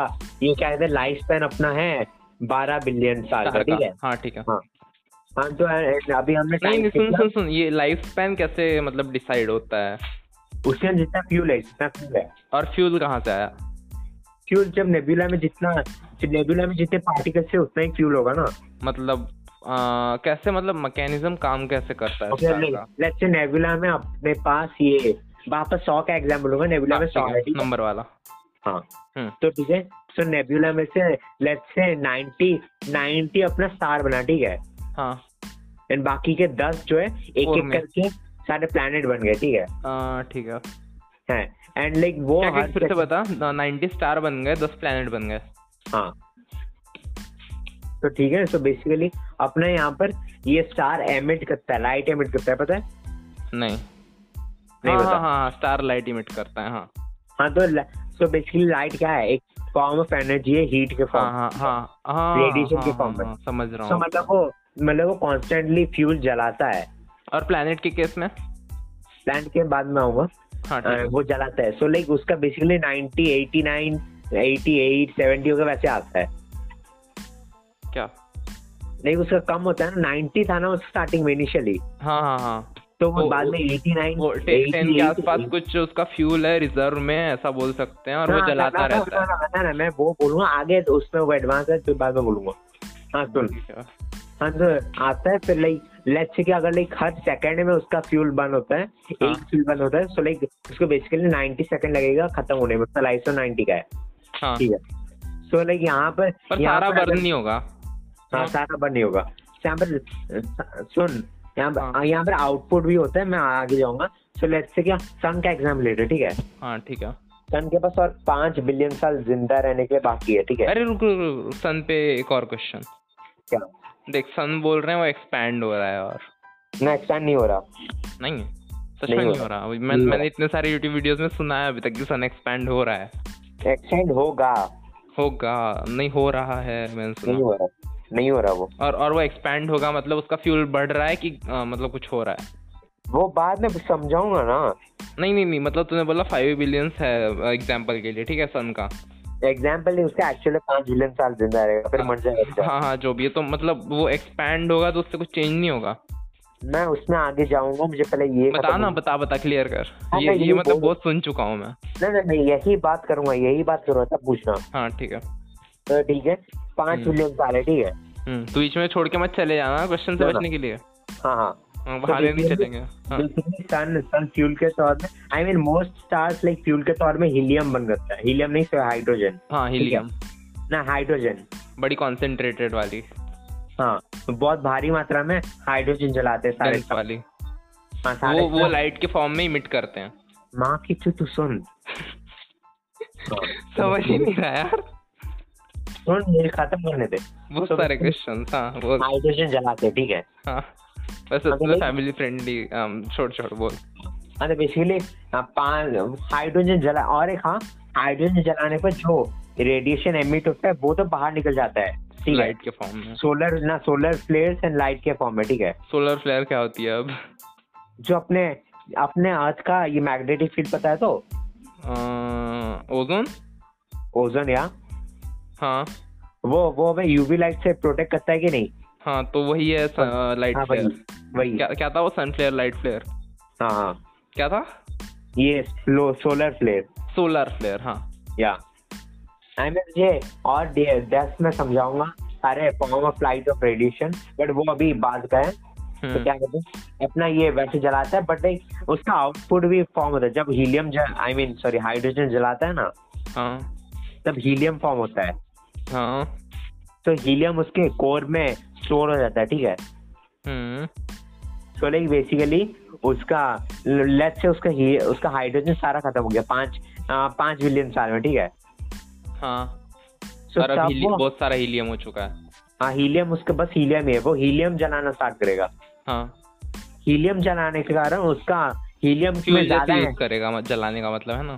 B: ये क्या कहते हैं लाइफ स्पैन अपना है बारह बिलियन साल का ठीक है
A: हाँ ठीक है
B: हाँ तो and अभी
A: नहीं
B: हमने टाइम
A: नहीं सुन सुन सुन ये लाइफ स्पैन कैसे मतलब डिसाइड होता है
B: उसके अंदर जितना फ्यूल है जितना फ्यूल है
A: और फ्यूल कहाँ से आया
B: फ्यूल जब नेबुला में जितना नेबुला में जितने पार्टिकल्स है उतना ही फ्यूल होगा ना
A: मतलब आ, कैसे मतलब मैकेनिज्म काम कैसे करता है
B: ओके
A: star का?
B: लेट्स से नेबुला में अपने पास ये वापस सौ का एग्जाम्पल होगा नेबुला
A: हाँ,
B: में
A: ठीक
B: सौ
A: है,
B: है ठीक है?
A: नंबर वाला
B: हाँ
A: हम्म।
B: तो ठीक है सो नेबुला में से लेट्स से 90 90 अपना स्टार बना ठीक है
A: हाँ
B: एंड बाकी के 10 जो है एक
A: और
B: एक
A: में।
B: करके सारे प्लैनेट बन गए ठीक
A: आ, ठीक है
B: है एंड लाइक वो
A: क्या क्या
B: हर
A: फिर से बता नाइनटी स्टार बन गए दस प्लेनेट बन गए
B: हाँ तो ठीक है सो बेसिकली अपना यहाँ पर ये स्टार एमिट करता है लाइट एमिट करता है पता है
A: नहीं
B: नहीं
A: हाँ
B: पता
A: हाँ हाँ स्टार लाइट इमिट करता है हाँ
B: हाँ तो तो बेसिकली लाइट क्या है एक फॉर्म ऑफ एनर्जी है हीट के
A: हाँ
B: फॉर्म
A: हाँ हाँ हाँ
B: Radiation
A: हाँ,
B: के
A: हाँ,
B: form में।
A: हाँ, समझ रहा
B: तो
A: हूँ
B: मतलब वो मतलब वो कॉन्स्टेंटली फ्यूल जलाता है
A: और प्लेनेट के केस में
B: प्लांट के बाद में आऊंगा
A: हाँ
B: अ,
A: ठीक
B: वो जलाता है सो लाइक उसका बेसिकली 90 89 88 70 होगा वैसे आता है
A: है। क्या
B: लाइक उसका कम होता है ना 90 था ना उसका स्टार्टिंग में इनिशियली
A: हाँ हाँ हाँ
B: तो वो
A: वो-
B: बाद में 89
A: वो टेन के आसपास कुछ उसका फ्यूल है रिजर्व में ऐसा बोल सकते हैं और
B: हाँ,
A: वो जलाता रहता है
B: है ना मैं वो बोलूंगा आगे तो उसमें वो एडवांस है फिर बाद में बोलूंगा हाँ सुन
A: ठीक है।
B: हाँ तो आता है फिर लाइक लेट्स से कि अगर लाइक हर सेकंड में उसका फ्यूल बर्न होता है
A: हाँ।
B: एक फ्यूल बर्न होता है सो लाइक उसको बेसिकली 90 सेकंड लगेगा खत्म होने में मतलब उसका लाइफ 90 का है
A: हाँ
B: ठीक है सो लाइक यहाँ पर
A: पर
B: यहाँ
A: सारा
B: पर
A: बर्न
B: अगर-
A: नहीं होगा
B: हाँ
A: हाँ।
B: सारा बर्न नहीं होगा यहाँ पर सुन यहाँ पर
A: हाँ।
B: यहाँ पर आउटपुट भी होता है मैं आगे जाऊंगा सो लेट्स से क्या सन का एग्जाम लेते हैं, ठीक है
A: हाँ ठीक है
B: सन के पास और पांच बिलियन साल जिंदा रहने के लिए बाकी है ठीक है
A: अरे रुक रुक, रुक, रुक सन पे एक और क्वेश्चन
B: क्या
A: देख सन बोल रहे हैं वो एक्सपैंड हो रहा है और
B: ना एक्सपैंड नहीं हो रहा
A: नहीं सच
B: नहीं
A: में
B: हो
A: नहीं हो रहा मैं
B: नहीं हो
A: मैंने इतने सारे यूट्यूब वीडियोस में सुना है अभी तक कि सन एक्सपैंड हो रहा है
B: एक्सपैंड होगा
A: होगा नहीं हो रहा है मैंने
B: नहीं
A: सुना
B: हो रहा नहीं हो रहा वो
A: और और वो एक्सपैंड होगा मतलब उसका फ्यूल बढ़ रहा है कि अ, मतलब कुछ हो रहा है
B: वो बाद में समझाऊंगा ना
A: नहीं नहीं नहीं मतलब तूने बोला फाइव बिलियंस है एग्जाम्पल के लिए ठीक है सन का
B: एग्जाम्पल नहीं उसके एक्चुअली पांच बिलियन साल जिंदा रहेगा फिर मर जाएगा बेचारा।
A: हाँ हाँ जो भी है तो मतलब वो एक्सपैंड होगा तो उससे कुछ चेंज नहीं होगा
B: मैं उसमें आगे जाऊंगा मुझे पहले ये
A: बता
B: खत्म-
A: ना बता बता क्लियर कर
B: हाँ,
A: ये
B: मैं
A: ये
B: यही
A: मतलब
B: बोल-
A: बहुत सुन चुका हूँ मैं
B: नहीं नहीं नहीं यही बात करूंगा यही बात करूंगा तब पूछना
A: हाँ ठीक है
B: तो ठीक है पांच
A: हम्म।
B: बिलियन साल है ठीक है
A: हम्म, तू बीच में छोड़ के मत चले जाना क्वेश्चन से
B: ना, ना।
A: बचने के लिए
B: हाँ हाँ
A: हाँ, बहाने नहीं चलेंगे हाँ
B: बेसिकली सन सन फ्यूल के तौर में I mean most stars like fuel के तौर में हीलियम बन जाता है हीलियम नहीं सॉरी हाइड्रोजन
A: हाँ हीलियम
B: ना हाइड्रोजन
A: बड़ी कॉन्सेंट्रेटेड वाली
B: हाँ बहुत भारी मात्रा में हाइड्रोजन जलाते हैं सारे
A: डेंस वाली
B: हाँ, सारे
A: वो वो लाइट के फॉर्म में इमिट करते हैं
B: माँ की तू तू सुन तो
A: समझ ही नहीं रहा यार
B: सुन मेरे खत्म करने दे
A: बहुत
B: समझ-
A: सारे क्वेश्चन हाँ वो
B: हाइड्रोजन जलाते हैं, ठीक है
A: हाँ बस
B: हाँ,
A: उसमें
B: तो
A: फैमिली फ्रेंडली um, छोड़ छोड़ बोल
B: हाँ तो बेसिकली पांच हाइड्रोजन जला और एक हाँ हाइड्रोजन जलाने पर जो रेडिएशन एमिट होता है वो तो बाहर निकल जाता है ठीक है
A: लाइट के फॉर्म में
B: सोलर ना सोलर फ्लेयर्स एंड लाइट के फॉर्म में ठीक है
A: सोलर फ्लेयर क्या होती है अब
B: जो अपने अपने अर्थ का ये मैग्नेटिक फील्ड पता है तो
A: ओजोन
B: ओजोन या
A: हाँ
B: वो वो हमें यूवी लाइट से प्रोटेक्ट करता है कि नहीं
A: हाँ तो वही है लाइट
B: हाँ वही
A: फ्लेयर
B: वही
A: क्या क्या था वो सन फ्लेयर लाइट फ्लेयर
B: हाँ हाँ
A: क्या था
B: ये सोलर फ्लेयर
A: सोलर फ्लेयर हाँ
B: या आई मीन ये और डेस्क में समझाऊंगा सारे form of light of radiation but वो अभी बात का है तो
A: हम्म,
B: क्या कहते हैं अपना ये वैसे जलाता है बट उसका आउटपुट भी फॉर्म होता है जब helium I mean sorry hydrogen जलाता है ना
A: हाँ
B: तब हीलियम फॉर्म होता है
A: हाँ
B: तो हीलियम उसके कोर में स्टोर हो जाता है ठीक है
A: हम्म
B: सो लाइक बेसिकली उसका लेट से उसका ही, उसका हाइड्रोजन सारा खत्म हो गया पाँच आ, पाँच बिलियन साल में ठीक है
A: हाँ
B: सो
A: और अब
B: तब
A: हीलियम
B: वो
A: बहुत सारा हीलियम हो चुका है
B: हाँ हीलियम उसके बस हीलियम ही है वो हीलियम जलाना स्टार्ट करेगा
A: हाँ
B: हीलियम जलाने के कारण उसका हीलियम में
A: फ्यूल
B: ज्यादा
A: जैसे
B: है
A: यूज करेगा मत जलाने का मतलब है ना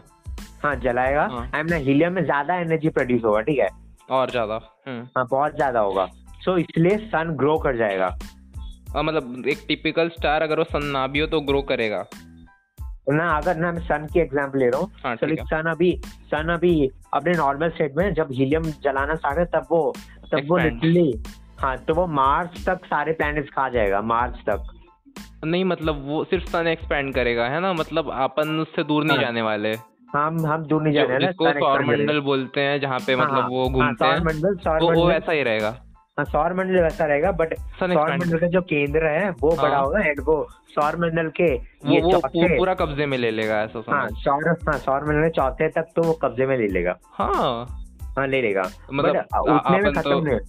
B: हाँ जलाएगा
A: हाँ।
B: आई मीन हीलियम में ज्यादा एनर्जी प्रोड्यूस होगा ठीक है
A: और ज्यादा हम्म
B: हाँ बहुत ज्यादा होगा सो इसलिए सन ग्रो कर जाएगा
A: और मतलब एक टिपिकल स्टार अगर वो सन ना भी हो तो ग्रो करेगा
B: ना अगर ना मैं सन की एग्जाम्पल ले रहा हूँ
A: हाँ
B: सो
A: ठीक है
B: सन अभी सन अभी अपने नॉर्मल स्टेट में जब हीलियम जलाना स्टार्ट है तब वो तब वो
A: Expand.
B: लिटरली हाँ तो वो मार्च तक सारे प्लैनेट्स खा जाएगा मार्च तक
A: नहीं मतलब वो सिर्फ सन एक्सपैंड करेगा है ना मतलब अपन उससे दूर नहीं
B: हाँ।
A: जाने वाले
B: हम हम दूर नहीं जा रहे हैं ना
A: जिसको
B: sun
A: सौर
B: expand
A: मंडल बोलते हैं जहाँ पे
B: हाँ,
A: मतलब
B: हाँ,
A: वो घूमते
B: करेगा। हाँ, सौर
A: हैं
B: मंडल सौर
A: वो वो
B: मंडल
A: ऐसा ही रहेगा
B: हाँ, सौर मंडल वैसा रहेगा बट
A: सन
B: सौर
A: एक्सपैंड
B: मंडल का जो केंद्र है वो
A: हाँ।
B: बड़ा होगा एंड वो सौर मंडल के ये
A: वो वो पू-
B: चौथे
A: पूरा कब्जे में ले लेगा ऐसा
B: हाँ
A: समझ
B: सौर हाँ सौर मंडल के चौथे तक तो वो कब्जे में ले लेगा
A: हाँ
B: हाँ ले लेगा
A: मतलब
B: But,
A: आ-
B: उतने में
A: अपन
B: खत्म
A: तो-
B: नहीं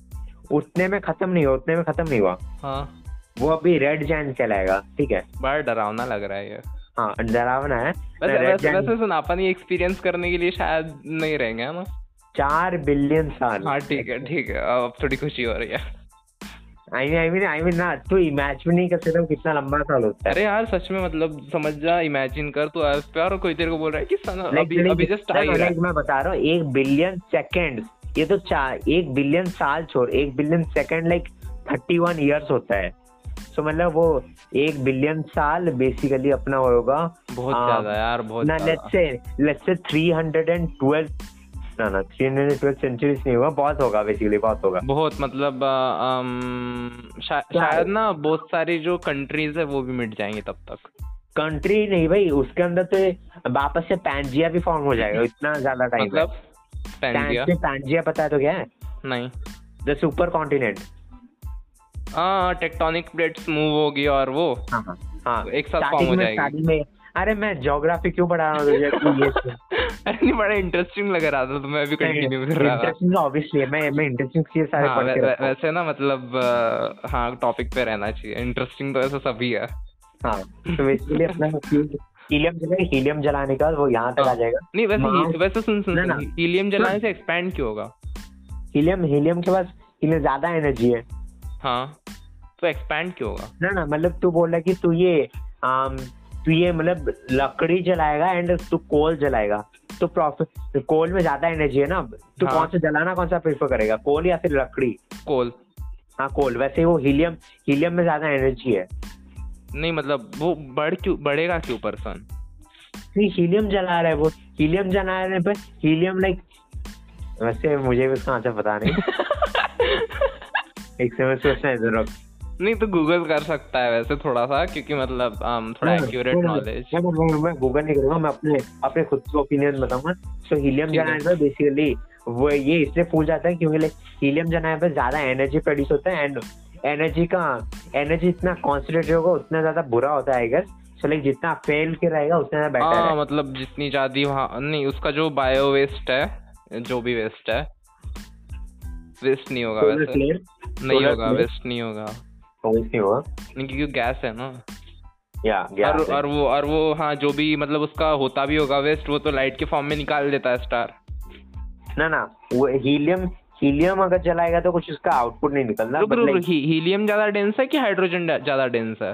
B: उतने में खत्म नहीं हुआ उतने में खत्म नहीं हुआ
A: हाँ
B: वो अभी रेड जैन चलाएगा ठीक है
A: बड़ा डरावना लग रहा है ये
B: हाँ डरावना है
A: वैसे
B: रेड
A: वैसे,
B: जैन
A: वैसे सुन अपन ये एक्सपीरियंस करने के लिए शायद नहीं रहेंगे है ना
B: चार बिलियन साल
A: हाँ ठीक है ठीक है अब थोड़ी खुशी हो रही है
B: I mean I mean I mean ना तू इमेजिन नहीं कर सकता वो कितना लंबा साल होता है
A: अरे यार सच में मतलब समझ जा इमेजिन कर तू अर्थ पे और कोई तेरे को बोल रहा है कि सन
B: Like,
A: तो अभी
B: like,
A: अभी जस्ट आ
B: like,
A: ही रहा है
B: like, मैं बता रहा हूँ एक बिलियन सेकेंड ये तो चार एक बिलियन साल छोड़ एक billion second like thirty one years होता है सो मतलब वो एक बिलियन साल बेसिकली अपना होगा
A: बहुत
B: हाँ,
A: ज्यादा यार बहुत
B: ना
A: ज्यादा।
B: लेट्स से लेट्स से 312 ना ना 312 सेंचुरीज नहीं होगा बहुत होगा बेसिकली बहुत होगा
A: बहुत मतलब आ, अम, शा,
B: क्या है?
A: शायद ना बहुत सारी जो कंट्रीज है वो भी मिट जाएंगी तब तक
B: कंट्री नहीं भाई उसके अंदर तो ये वापस से पैंजिया भी फॉर्म हो जाएगा इतना ज्यादा टाइम
A: मतलब पैंजिया
B: पैंजिया पता है तो क्या है
A: नहीं
B: द सुपर कॉन्टिनेंट
A: हाँ टेक्टोनिक प्लेट्स मूव होगी और वो
B: हाँ हाँ, हाँ
A: एक साथ
B: starting
A: form हो
B: में-
A: जाएगी।
B: starting में अरे मैं ज्योग्राफी क्यों पढ़ा रहा हूँ तुझे कि ये
A: अरे नहीं बड़ा इंटरेस्टिंग लग रहा था तो मैं भी कंटिन्यू कर रहा था
B: इंटरेस्टिंग ऑब्वियसली मैं मैं इंटरेस्टिंग चीज सारे
A: हाँ,
B: पढ़
A: वै,
B: के
A: वै,
B: रखता हूँ।
A: वैसे ना मतलब आ, हाँ टॉपिक पे रहना चाहिए इंटरेस्टिंग तो ऐसा सभी है
B: हाँ तो बेसिकली अपना हीलियम जलाएगा हीलियम जलाने का वो यहाँ तक
A: हाँ।
B: आ जाएगा
A: नहीं वैसे
B: हाँ।
A: ही- वैसे सुन सुन,
B: ना, ना।
A: सुन हीलियम जलाने से एक्सपैंड क्यों होगा
B: हीलियम हीलियम के पास हीलियम ज्यादा एनर्जी है
A: हाँ तो एक्सपैंड क्यों होगा
B: ना ना मतलब तू बोल रहा है कि तू ये आम, तू ये मतलब लकड़ी जलाएगा एंड तू कोल जलाएगा तो प्रॉफिट कोल में ज्यादा एनर्जी है ना तू
A: हाँ।
B: कौन सा जलाना कौन सा प्रेफर करेगा कोल या फिर लकड़ी
A: कोल
B: हाँ कोल वैसे ही वो हीलियम हीलियम में ज्यादा एनर्जी है
A: नहीं मतलब वो बढ़ क्यों बढ़ेगा क्यों पर्सन
B: नहीं हीलियम जला रहा है वो हीलियम जलाने पर हीलियम लाइक वैसे मुझे भी उसका आंसर पता नहीं एक समय सोचना है जरूर
A: नहीं तो गूगल कर सकता है वैसे थोड़ा सा क्योंकि मतलब um, थोड़ा
B: नहीं,
A: एक्यूरेट
B: नहीं, नहीं,
A: नॉलेज
B: मैं मैं- मैं गूगल नहीं करूंगा मैं अपने अपने खुद का ओपिनियन बताऊंगा सो हीलियम
A: ठीक है।
B: जनाए पर बेसिकली वो ये इसलिए फूल जाता है क्योंकि हीलियम जनाए पर ज्यादा एनर्जी प्रोड्यूस होता है एंड एनर्जी का एनर्जी इतना कॉन्सेंट्रेट होगा उतना ज्यादा बुरा होता है अगर सो लाइक जितना फेल के रहेगा उतना ज्यादा बेटर
A: हाँ
B: है
A: मतलब जितनी ज्यादा वहाँ नहीं उसका जो बायो वेस्ट है जो भी वेस्ट है वेस्ट नहीं होगा
B: सोलर
A: वैसे
B: फ्लेयर
A: नहीं
B: solar
A: होगा
B: flare?
A: वेस्ट नहीं होगा
B: नहीं होगा
A: नहीं क्योंकि गैस है ना
B: या या
A: और और वो और वो हाँ जो भी मतलब उसका होता भी होगा वेस्ट वो तो लाइट के फॉर्म में निकाल देता है स्टार
B: ना ना वो हीलियम हीलियम अगर जलाएगा तो कुछ उसका आउटपुट नहीं निकलना
A: रुक
B: बट
A: रुक
B: लाइक
A: रुक, ही, हीलियम ज्यादा डेंस है कि हाइड्रोजन ज्यादा डेंस है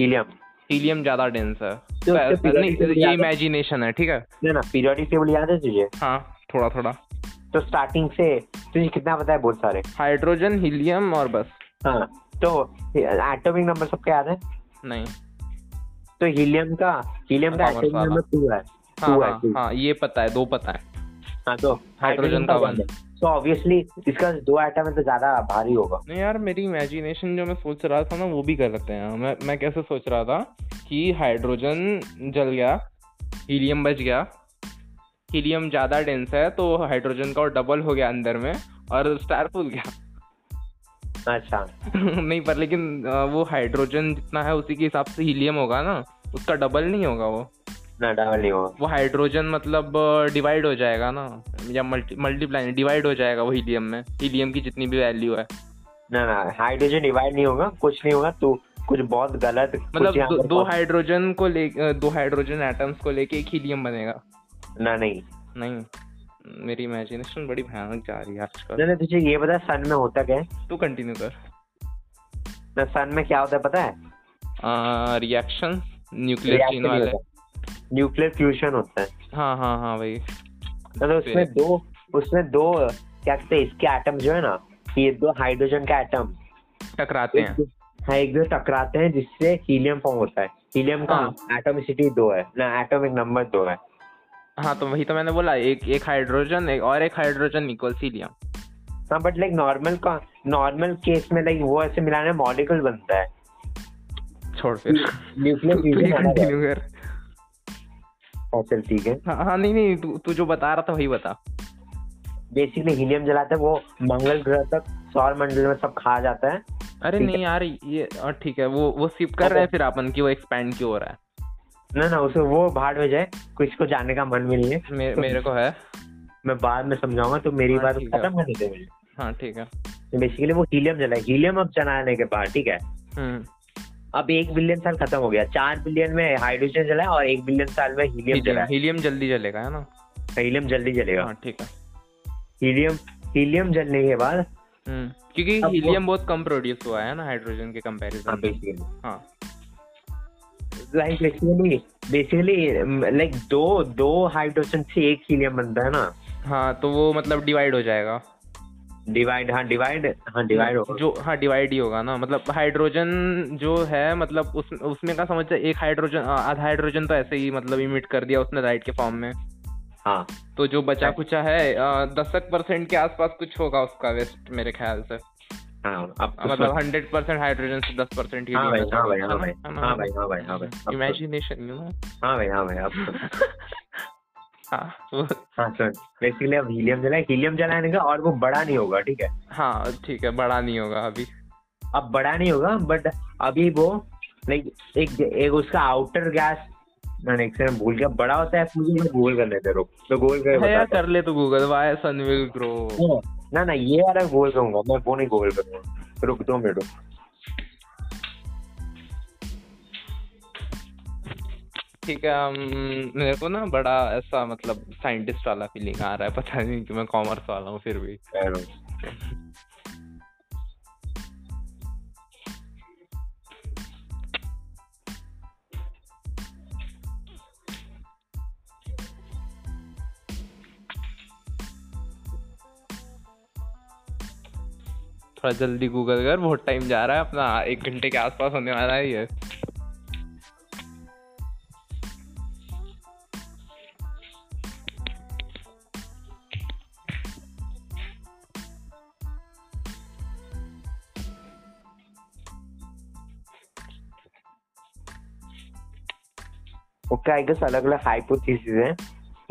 B: हीलियम
A: हीलियम ज्यादा डेंस है
B: तो उसके
A: पै-
B: periodic
A: नहीं
B: table
A: ये
B: याद है?
A: इमेजिनेशन है ठीक है
B: ना ना पीरियोडिक टेबल याद है तुझे
A: हाँ थोड़ा थोड़ा
B: तो स्टार्टिंग से तुझे कितना पता है बहुत सारे
A: हाइड्रोजन हीलियम और बस
B: हाँ तो एटॉमिक नंबर सबके याद है
A: नहीं हाँ,
B: तो हीलियम का हीलियम का
A: Power
B: एटॉमिक
A: वाला।
B: नंबर टू है
A: हाँ
B: Two है,
A: हाँ
B: two।
A: हाँ ये पता है दो पता है
B: हाँ तो
A: हाइड्रोजन का one।
B: सो ऑब्वियसली इसका दो एटम है तो ज्यादा भारी होगा
A: नहीं यार मेरी इमेजिनेशन जो मैं सोच रहा था ना वो भी गलत है मैं मैं कैसे सोच रहा था कि हाइड्रोजन जल गया हीलियम बच गया हीलियम ज़्यादा डेंस है तो हाइड्रोजन का डबल हो गया अंदर में और स्टार फूल गया
B: अच्छा
A: नहीं पर लेकिन अ, वो हाइड्रोजन जितना है उसी के हिसाब से हीलियम होगा ना उसका डबल नहीं होगा वो
B: ना डबल नहीं होगा
A: वो हाइड्रोजन मतलब डिवाइड हो जाएगा ना या मल्टी मल्टीप्लाई डिवाइड हो जाएगा वो हीलियम में हीलियम की जितनी भी वैल्यू है
B: ना ना हाइड्रोजन डिवाइड नहीं होगा कुछ नहीं होगा तो कुछ बहुत गलत कुछ
A: मतलब
B: यहाँ
A: दो,
B: पर
A: दो
B: बहुत-
A: हाइड्रोजन को ले अ, दो हाइड्रोजन एटम्स को लेके एक हीलियम बनेगा
B: ना नहीं
A: नहीं मेरी इमेजिनेशन बड़ी भयानक जा रही है आजकल
B: ना ना तुझे ये पता है सन में होता क्या है
A: तू कंटिन्यू कर
B: ना सन में क्या होता है पता है
A: रिएक्शन न्यूक्लियर चेन वाले
B: न्यूक्लियर फ्यूजन होता है
A: हाँ हाँ हाँ भाई
B: मतलब उसमें दो उसमें दो क्या कहते हैं इसके एटम जो है ना ये दो हाइड्रोजन का एटम
A: टकराते हैं
B: हाँ एक दो टकराते हैं जिससे हीलियम फॉर्म होता है हीलियम का एटोमिसिटी दो है ना एटॉमिक नंबर दो है
A: हाँ तो वही तो मैंने बोला एक एक हाइड्रोजन एक और एक हाइड्रोजन इक्वल हीलियम
B: हाँ बट लाइक नॉर्मल का नॉर्मल केस में लाइक वो ऐसे मिलाने मॉलिक्यूल बनता है
A: छोड़ फिर
B: न्यूक्लियर
A: तू- तू ही
B: फ्यूजन
A: कंटिन्यू कर
B: चल ठीक है
A: हाँ हाँ नहीं नहीं तू तू जो बता रहा था वही बता
B: बेसिकली हीलियम जलाते हैं वो मंगल ग्रह तक सौर मंडल में सब खा जाता है
A: अरे
B: ठीक
A: नहीं यार ये और ठीक है वो वो स्किप कर रहे हैं फिर अपन कि वो एक्सपैंड क्यों हो रहा है
B: ना ना उसे वो भाड़ में जाए कुछ को जानने का मन भी नहीं है
A: मे, मेरे को है
B: मैं बाद में समझाऊंगा तो मेरी
A: हाँ,
B: बात
A: ठीक है।
B: खत्म करने दे मुझे
A: हाँ ठीक है
B: बेसिकली वो हीलियम जला है हीलियम अब जलाने के बाद ठीक है
A: हम्म
B: अब एक बिलियन साल खत्म हो गया चार बिलियन में हाइड्रोजन जला है और एक बिलियन साल में हीलियम जला
A: हीलियम हीलियम जल्दी जलेगा है ना
B: है हीलियम जल्दी जलेगा
A: हाँ ठीक है
B: हीलियम हीलियम जलने के बाद
A: हम्म, क्योंकि
B: अब वो-
A: हीलियम बहुत कम प्रोड्यूस हुआ है ना हाइड्रोजन के कंपैरिजन में
B: बेसिकली
A: हाँ
B: like basically basically like um, दो दो हाइड्रोजन से एक हीलियम बनता है ना
A: हाँ तो वो मतलब डिवाइड हो जाएगा
B: डिवाइड हाँ डिवाइड हाँ डिवाइड होगा
A: जो हाँ डिवाइड ही होगा ना मतलब हाइड्रोजन जो है मतलब उस उसमें का समझ जाए एक हाइड्रोजन आ- आधा हाइड्रोजन तो ऐसे ही मतलब इमिट कर दिया उसने लाइट के फॉर्म में
B: हाँ
A: तो जो बचा कुचा है आ, दसक परसेंट के आसपास कुछ होगा उसका वेस्ट मेरे ख्याल से
B: हाँ अब
A: आ, मतलब हंड्रेड परसेंट हाइड्रोजन से दस परसेंट
B: हाँ भाई हाँ भाई हाँ भाई हाँ भाई हाँ भाई हाँ भाई अब तो-
A: इमेजिनेशन यू नो
B: हाँ भाई हाँ भाई अब तो-
A: हाँ वो-
B: हाँ सर बेसिकली अब हीलियम जलाए हीलियम जलाने का और वो बड़ा नहीं होगा ठीक है
A: हाँ ठीक है बड़ा नहीं होगा अभी
B: अब बड़ा नहीं होगा बट अभी वो लाइक एक एक उसका आउटर गैस मैंने एक सेकंड भूल गया बड़ा होता है मुझे मैं गोल करने दे रुक तो गोल कर
A: है यार
B: बताता
A: कर ले तो Google why sun will grow
B: हूँ। ना ना ये वाला गोल करूंगा मैं वो नहीं गोल करूंगा रुक दो मिनट रुक।
A: ठीक है हम- मेरे को ना बड़ा ऐसा मतलब साइंटिस्ट वाला फीलिंग आ रहा है पता नहीं कि मैं कॉमर्स वाला हूँ फिर भी
B: कह रहा हूँ।
A: थोड़ा जल्दी गूगल कर बहुत टाइम जा रहा है अपना एक घंटे के आसपास होने वाला है ये
B: उसका आई गेस अलग अलग हाइपोथेसिस है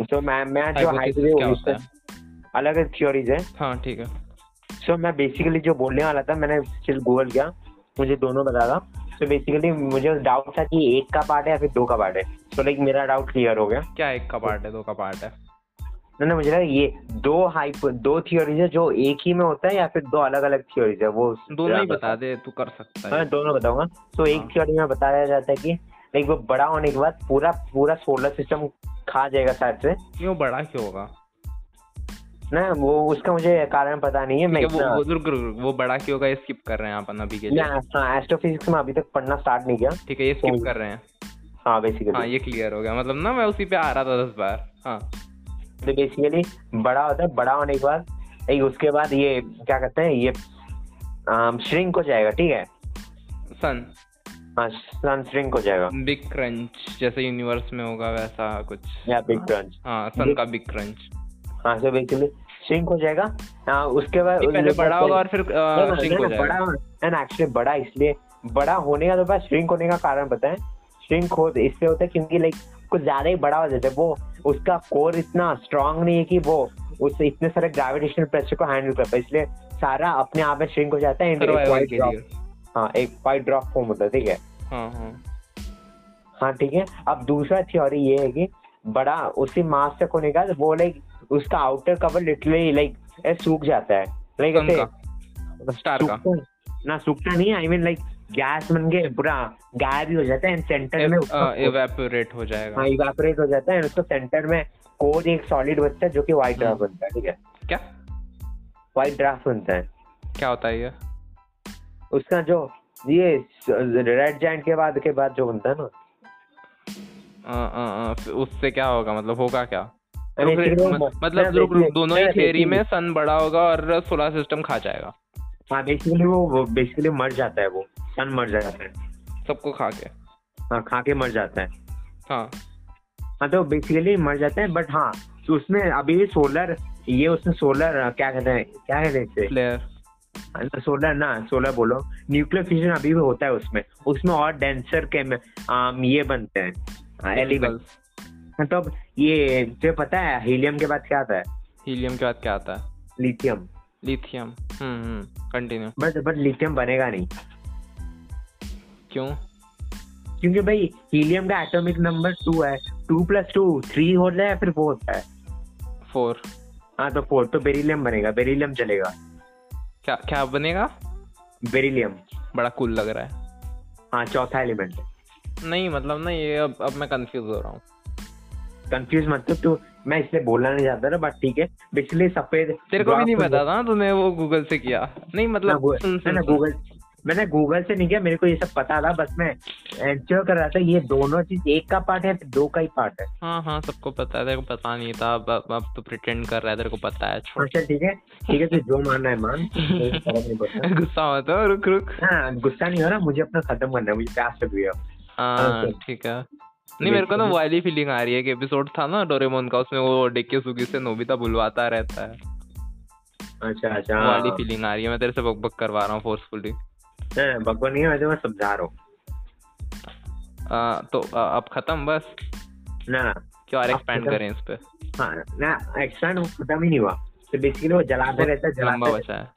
B: सो मैं मैं जो
A: Hypothesis क्या होता है
B: हाइपोथेसिस अलग अलग थ्योरीज है
A: हाँ ठीक है
B: सो मैं बेसिकली जो बोलने वाला था मैंने स्टिल गूगल किया मुझे दोनों बता था सो बेसिकली मुझे डाउट था कि एक का पार्ट है या फिर दो का पार्ट है सो लाइक मेरा डाउट क्लियर हो गया
A: क्या एक का पार्ट है दो का पार्ट है
B: ना ना मुझे लगा ये दो हाइपो दो थियोरीज है जो एक ही में होता है या फिर दो अलग अलग थियोरीज है वो
A: दोनों ही बता दे तू कर सकता है
B: हाँ दोनों बताऊंगा सो एक
A: हाँ।
B: थ्योरी में बताया जाता है कि लाइक वो बड़ा होने के बाद पूरा पूरा सोलर सिस्टम खा जाएगा शायद से
A: क्यों बड़ा क्यों होगा
B: ना वो उसका मुझे कारण पता नहीं हाँ। है मैं
A: ठीक है,
B: इतना-
A: वो वो- रुक- रुक- रुक, वो बड़ा क्यों होगा ये स्किप कर रहे हैं अपन अभी के लिए
B: मैं एस्ट्रोफिजिक्स में अभी तक पढ़ना स्टार्ट नहीं किया
A: ठीक है ये स्किप
B: तो-
A: कर रहे हैं
B: हाँ
A: हाँ
B: बेसिकली
A: ये क्लियर हो गया मतलब ना मैं उसी पे आ रहा था दस बार हाँ
B: तो बेसिकली बड़ा होता है बड़ा होने के बाद एक उसके बाद ये क्या कहते हैं ये श्रिंक हो जाएगा ठीक है
A: सन
B: हाँ सन श्रिंक हो जाएगा
A: बिग क्रंच जैसे यूनिवर्स में होगा वैसा कुछ
B: या बिग क्रंच
A: हाँ सन का बिग क्रंच
B: हाँ सो बेसिकली श्रिंक हो जाएगा हाँ, उसके बाद
A: पहले बड़ा होगा और फिर
B: नहीं, नहीं,
A: श्रिंक
B: नहीं,
A: हो
B: नहीं,
A: जाएगा
B: बड़ा ना एक्चुअली बड़ा इसलिए बड़ा होने का तो बस श्रिंक होने का कारण पता है श्रिंक हो इसलिए होता है क्योंकि लाइक कुछ ज्यादा ही बड़ा हो जाता है वो उसका कोर इतना स्ट्रांग नहीं है कि वो उससे इतने सारे ग्रेविटेशनल प्रेशर को हैंडल कर पाए इसलिए सारा अपने आप में श्रिंक हो जाता है and एक
A: सर्वाइवल
B: white
A: के
B: drop-
A: लिए
B: हाँ एक वाइट ड्रॉप फॉर्म होता है ठीक है
A: हाँ हाँ
B: हाँ ठीक है अब दूसरा थ्योरी ये है कि बड़ा उसी मास तक होने का वो लाइक उसका आउटर कवर लिटरली लाइक सूख जाता है लाइक
A: सन
B: ऐसे
A: का स्टार का
B: सूखता मतलब ना सूखता नहीं आई मीन लाइक गैस बन के पूरा गायब ही हो जाता है एंड सेंटर में उसका
A: एवेपोरेट हाँ, हो जाएगा
B: हाँ इवापोरेट हो जाता है and उसका सेंटर में कोर एक सॉलिड बचता है जो कि वाइट ड्राफ बनता है ठीक है
A: क्या
B: वाइट ड्राफ बनता है
A: क्या होता है ये
B: उसका जो ये रेड जैंट के बाद के बाद जो बनता है ना
A: अ, अ, अ, फिर उससे क्या होगा मतलब होगा क्या
B: अरे
A: रुक-
B: इसलिए
A: मत-
B: मैं- मैं
A: मतलब रुक रुक
B: basically-
A: दोनों ही
B: मैं
A: थ्योरी
B: basically-
A: में सन बड़ा होगा और सोलर सिस्टम खा जाएगा
B: हाँ बेसिकली वो बेसिकली मर जाता है वो सन मर जाता है
A: सबको खा के
B: हाँ खा के मर जाता है
A: हाँ
B: हाँ तो बेसिकली मर जाता है बट हाँ तो उसमें अभी भी सोलर ये उसमें सोलर क्या कहते हैं क्या कहते हैं इसे
A: फ्लेयर
B: सोलर ना सोलर बोलो न्यूक्लियर फ्यूजन अभी भी होता है उसमें उसमें और डेंसर के में, आम, ये बनते हैं एलिमेंट तो अब ये तुझे पता है हीलियम के बाद क्या आता है
A: हीलियम के बाद क्या आता है
B: lithium
A: lithium hmm hmm continue
B: but but lithium बनेगा नहीं
A: क्यों
B: क्योंकि भाई हीलियम का एटॉमिक नंबर टू है टू प्लस टू थ्री होता है फिर फोर होता है
A: फोर
B: हाँ तो फोर तो बेरिलियम बनेगा बेरिलियम चलेगा
A: क्या क्या बनेगा
B: बेरिलियम
A: बड़ा कूल लग रहा है
B: हाँ चौथा एलिमेंट
A: नहीं मतलब ना ये अब अब मैं कंफ्यूज हो रहा हूँ
B: कंफ्यूज मतलब तू मैं इसलिए बोलना नहीं चाहता था बट ठीक है बेसिकली सफेद
A: तेरे को भी
B: dwarf
A: नहीं
B: को-
A: पता था तूने वो गूगल से किया नहीं
B: ना
A: मतलब
B: गू-
A: सुन
B: ना,
A: सुन
B: ना,
A: सुन।
B: गूगल मैंने गूगल से नहीं किया मेरे को ये सब पता था बस मैं एंश्योर कर रहा था ये दोनों चीज एक का पार्ट है या दो का ही पार्ट है
A: हाँ हाँ सबको पता है तेरे को पता नहीं था अब अब अब तू प्रिटेंड कर रहा है तेरे को पता है छोड़
B: अच्छा ठीक है ठीक है तो जो मानना है मान कोई फर्क नहीं पड़ता
A: गुस्सा मत हो रुक रुक
B: हाँ गुस्सा नहीं हो रहा मुझे अपना खत्म करना है मुझे प्यास लग रही है
A: हाँ
B: Okay.
A: ठीक है नहीं मेरे को ना वो वाली फीलिंग आ रही है कि एपिसोड था ना डोरेमोन का उसमें वो डेके सुगी से नोबिता बुलवाता रहता है
B: अच्छा अच्छा
A: वो वाली
B: हाँ।
A: फीलिंग आ रही है मैं तेरे से बकबक करवा रहा हूँ फोर्सफुली
B: हाँ, भगवान नहीं है मैं तुम्हें समझा रहा हूँ
A: तो आ, अब खत्म बस
B: ना ना
A: क्यों और
B: अब
A: एक्सपेंड
B: खत्म।
A: करें इस पे
B: हाँ ना एक्सटेंड खत्म ही नहीं हुआ तो बेसिकली वो जलाते
A: बहुत
B: रहता है
A: लंबा
B: जलाते
A: बचा है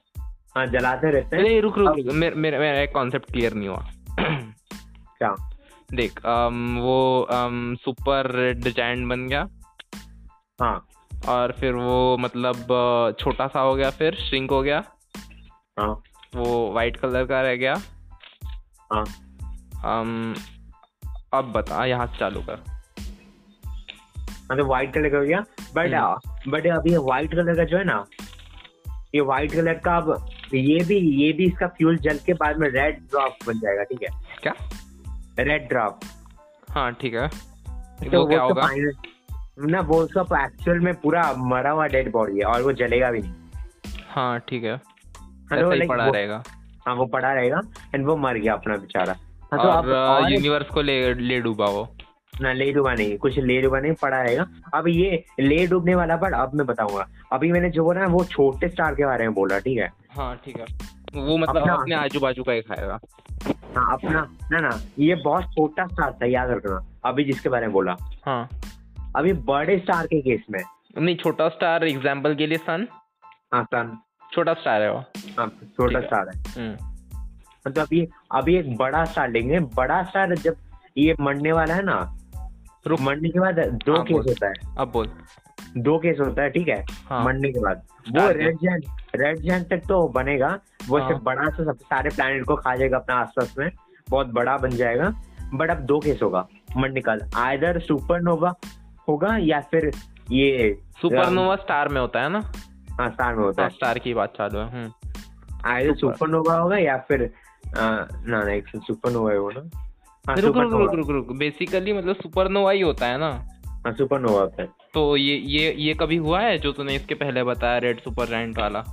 B: हाँ जलाते रहते हैं
A: नहीं रुक रुक रुक, मेर- मेरा मेरा एक कॉन्सेप्ट क्लियर नहीं हुआ
B: क्या
A: देख अम, वो सुपर रेड जायंट बन गया
B: हाँ
A: और फिर वो मतलब अ, छोटा सा हो गया फिर श्रिंक हो गया
B: हाँ
A: वो वाइट कलर का रह गया
B: हाँ
A: अम, अब बता यहाँ से चालू कर
B: मतलब व्हाइट कलर का हो गया
A: हम्म।
B: बट बट अभी ये व्हाइट कलर का जो है ना ये व्हाइट कलर का अब ये भी ये भी इसका फ्यूल जल के बाद में रेड ड्रॉप बन जाएगा ठीक है
A: क्या
B: रेड ड्रॉप
A: हाँ ठीक है
B: तो
A: वो क्या होगा
B: ना वो उसका एक्चुअल में पूरा मरा हुआ डेड बॉडी है और वो जलेगा भी नहीं
A: हाँ ठीक है
B: हाँ,
A: ऐसा
B: तो
A: ही
B: like
A: पड़ा
B: वो-
A: रहेगा
B: हाँ वो पड़ा रहेगा एंड वो मर गया अपना बेचारा हाँ, तो आप
A: और
B: और एक-
A: यूनिवर्स को ले ले डूबा वो
B: ना ले डूबा नहीं कुछ ले डूबा नहीं पड़ा रहेगा अब ये ले डूबने वाला पार्ट अब मैं बताऊंगा अभी मैंने जो बोला ना वो छोटे स्टार के बारे में बोला ठीक है
A: हाँ ठीक है वो मतलब
B: अपना-
A: अपने आजू बाजू का ही खाएगा
B: हाँ अपना ना ना ये बहुत छोटा स्टार था याद रखना अभी जिसके बारे में बोला
A: हाँ
B: अभी बड़े स्टार के केस में
A: नहीं छोटा स्टार एग्जाम्पल के लिए सन
B: हाँ सन
A: छोटा स्टार है वो
B: हाँ छोटा
A: ठीक है।
B: स्टार है
A: हम्म,
B: मतलब अभी अभी एक बड़ा स्टार लेंगे बड़ा स्टार जब ये मरने वाला है ना तो
A: रुक।
B: मरने के बाद दो
A: हाँ,
B: केस
A: बोल।
B: होता
A: अब बोल
B: है दो केस होता है ठीक है
A: हाँ
B: मरने के बाद वो
A: Star के।
B: रेड जैन रेड जैन तक तो बनेगा वो
A: हाँ।
B: सिर्फ बड़ा सा सब सारे प्लानिट को खा जाएगा अपना आसपास में बहुत बड़ा बन जाएगा बट अब दो केस होगा मरने का आइदर सुपरनोवा होगा या फिर ये
A: सुपरनोवा स्टार में होता है ना
B: हाँ स्टार में होता
A: हाँ
B: है
A: स्टार की बात चालू है हम्म,
B: हाँ, आइदर
A: super.
B: सुपरनोवा होगा या फिर अ, ना ना एक सुपरनोवा है वो ना हाँ
A: रुक रुक रुक
B: सुपरनोवा
A: रुक रुक बेसिकली मतलब सुपरनोवा ही होता है ना
B: हाँ सुपरनोवा होता है
A: तो ये ये ये कभी हुआ है जो तूने इसके पहले बताया रेड सुपर रेंट वाला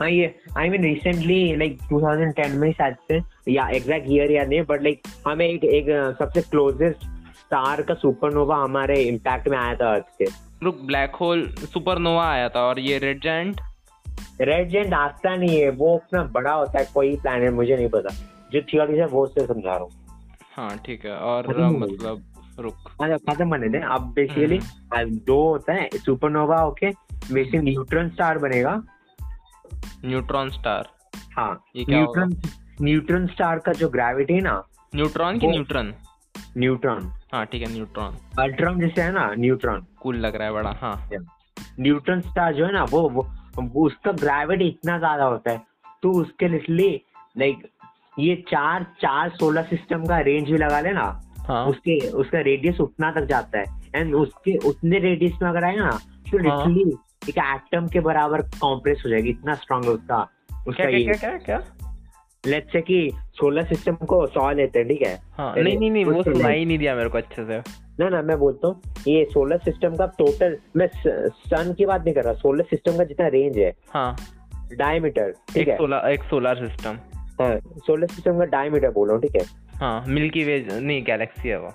B: हाँ ये आई मीन रिसेंटली लाइक 2010 में शायद से या एग्जैक्ट ईयर या नहीं बट लाइक हमें एक एक अ, सबसे क्लोजेस्ट स्टार का सुपरनोवा हमारे इम्पैक्ट में आया था अर्थ से
A: रुक ब्लैक होल सुपरनोवा आया था और ये रेड जायंट
B: रेड जेंट आता नहीं है वो अपना बड़ा होता है कोई प्लानट मुझे नहीं पता जो थियोरी है वो से समझा रहा हूँ
A: हाँ ठीक है और
B: अरे नहीं।
A: मतलब रुक
B: अच्छा खत्म बने थे अब बेसिकली
A: हम्म।
B: दो होता है सुपरनोवा होके बेसिकली न्यूट्रॉन स्टार बनेगा
A: न्यूट्रॉन स्टार
B: हाँ
A: ये क्या होगा
B: न्यूट्रॉन न्यूट्रॉन स्टार का जो ग्रेविटी है ना
A: न्यूट्रॉन की
B: वो-
A: न्यूट्रॉन
B: न्यूट्रॉन
A: हाँ ठीक है न्यूट्रॉन
B: अल्ट्रॉन जैसे है ना न्यूट्रॉन
A: कूल लग रहा है बड़ा हाँ
B: न्यूटन स्टार जो है ना वो वो, वो उसका ग्रेविटी इतना ज्यादा होता है तो उसके लिए लाइक ये चार चार सोलर सिस्टम का रेंज भी लगा लेना
A: हाँ
B: उसके उसका रेडियस उतना तक जाता है एंड उसके उतने रेडियस में अगर आए ना तो
A: हाँ।
B: लिटरली एक एटम के बराबर कॉम्प्रेस हो जाएगी इतना स्ट्रांग है उसका उसका
A: क्या क्या
B: ये
A: क्या क्या क्या
B: लेट्स से कि सोलर सिस्टम को सौ लेते हैं ठीक है
A: हाँ
B: अरे,
A: नहीं नहीं नहीं वो
B: उसके
A: सुनाई ही नहीं दिया मेरे को अच्छे से
B: ना ना मैं बोलता हूँ ये सोलर सिस्टम का टोटल मैं सन की बात नहीं कर रहा सोलर सिस्टम का जितना रेंज है
A: हाँ
B: डायमीटर ठीक
A: एक
B: है हाँ।
A: सोलर एक सोलर सिस्टम
B: सोलर सिस्टम का डायमीटर बोल रहा हूँ ठीक है
A: हाँ मिल्की वे नहीं गैलेक्सी है वो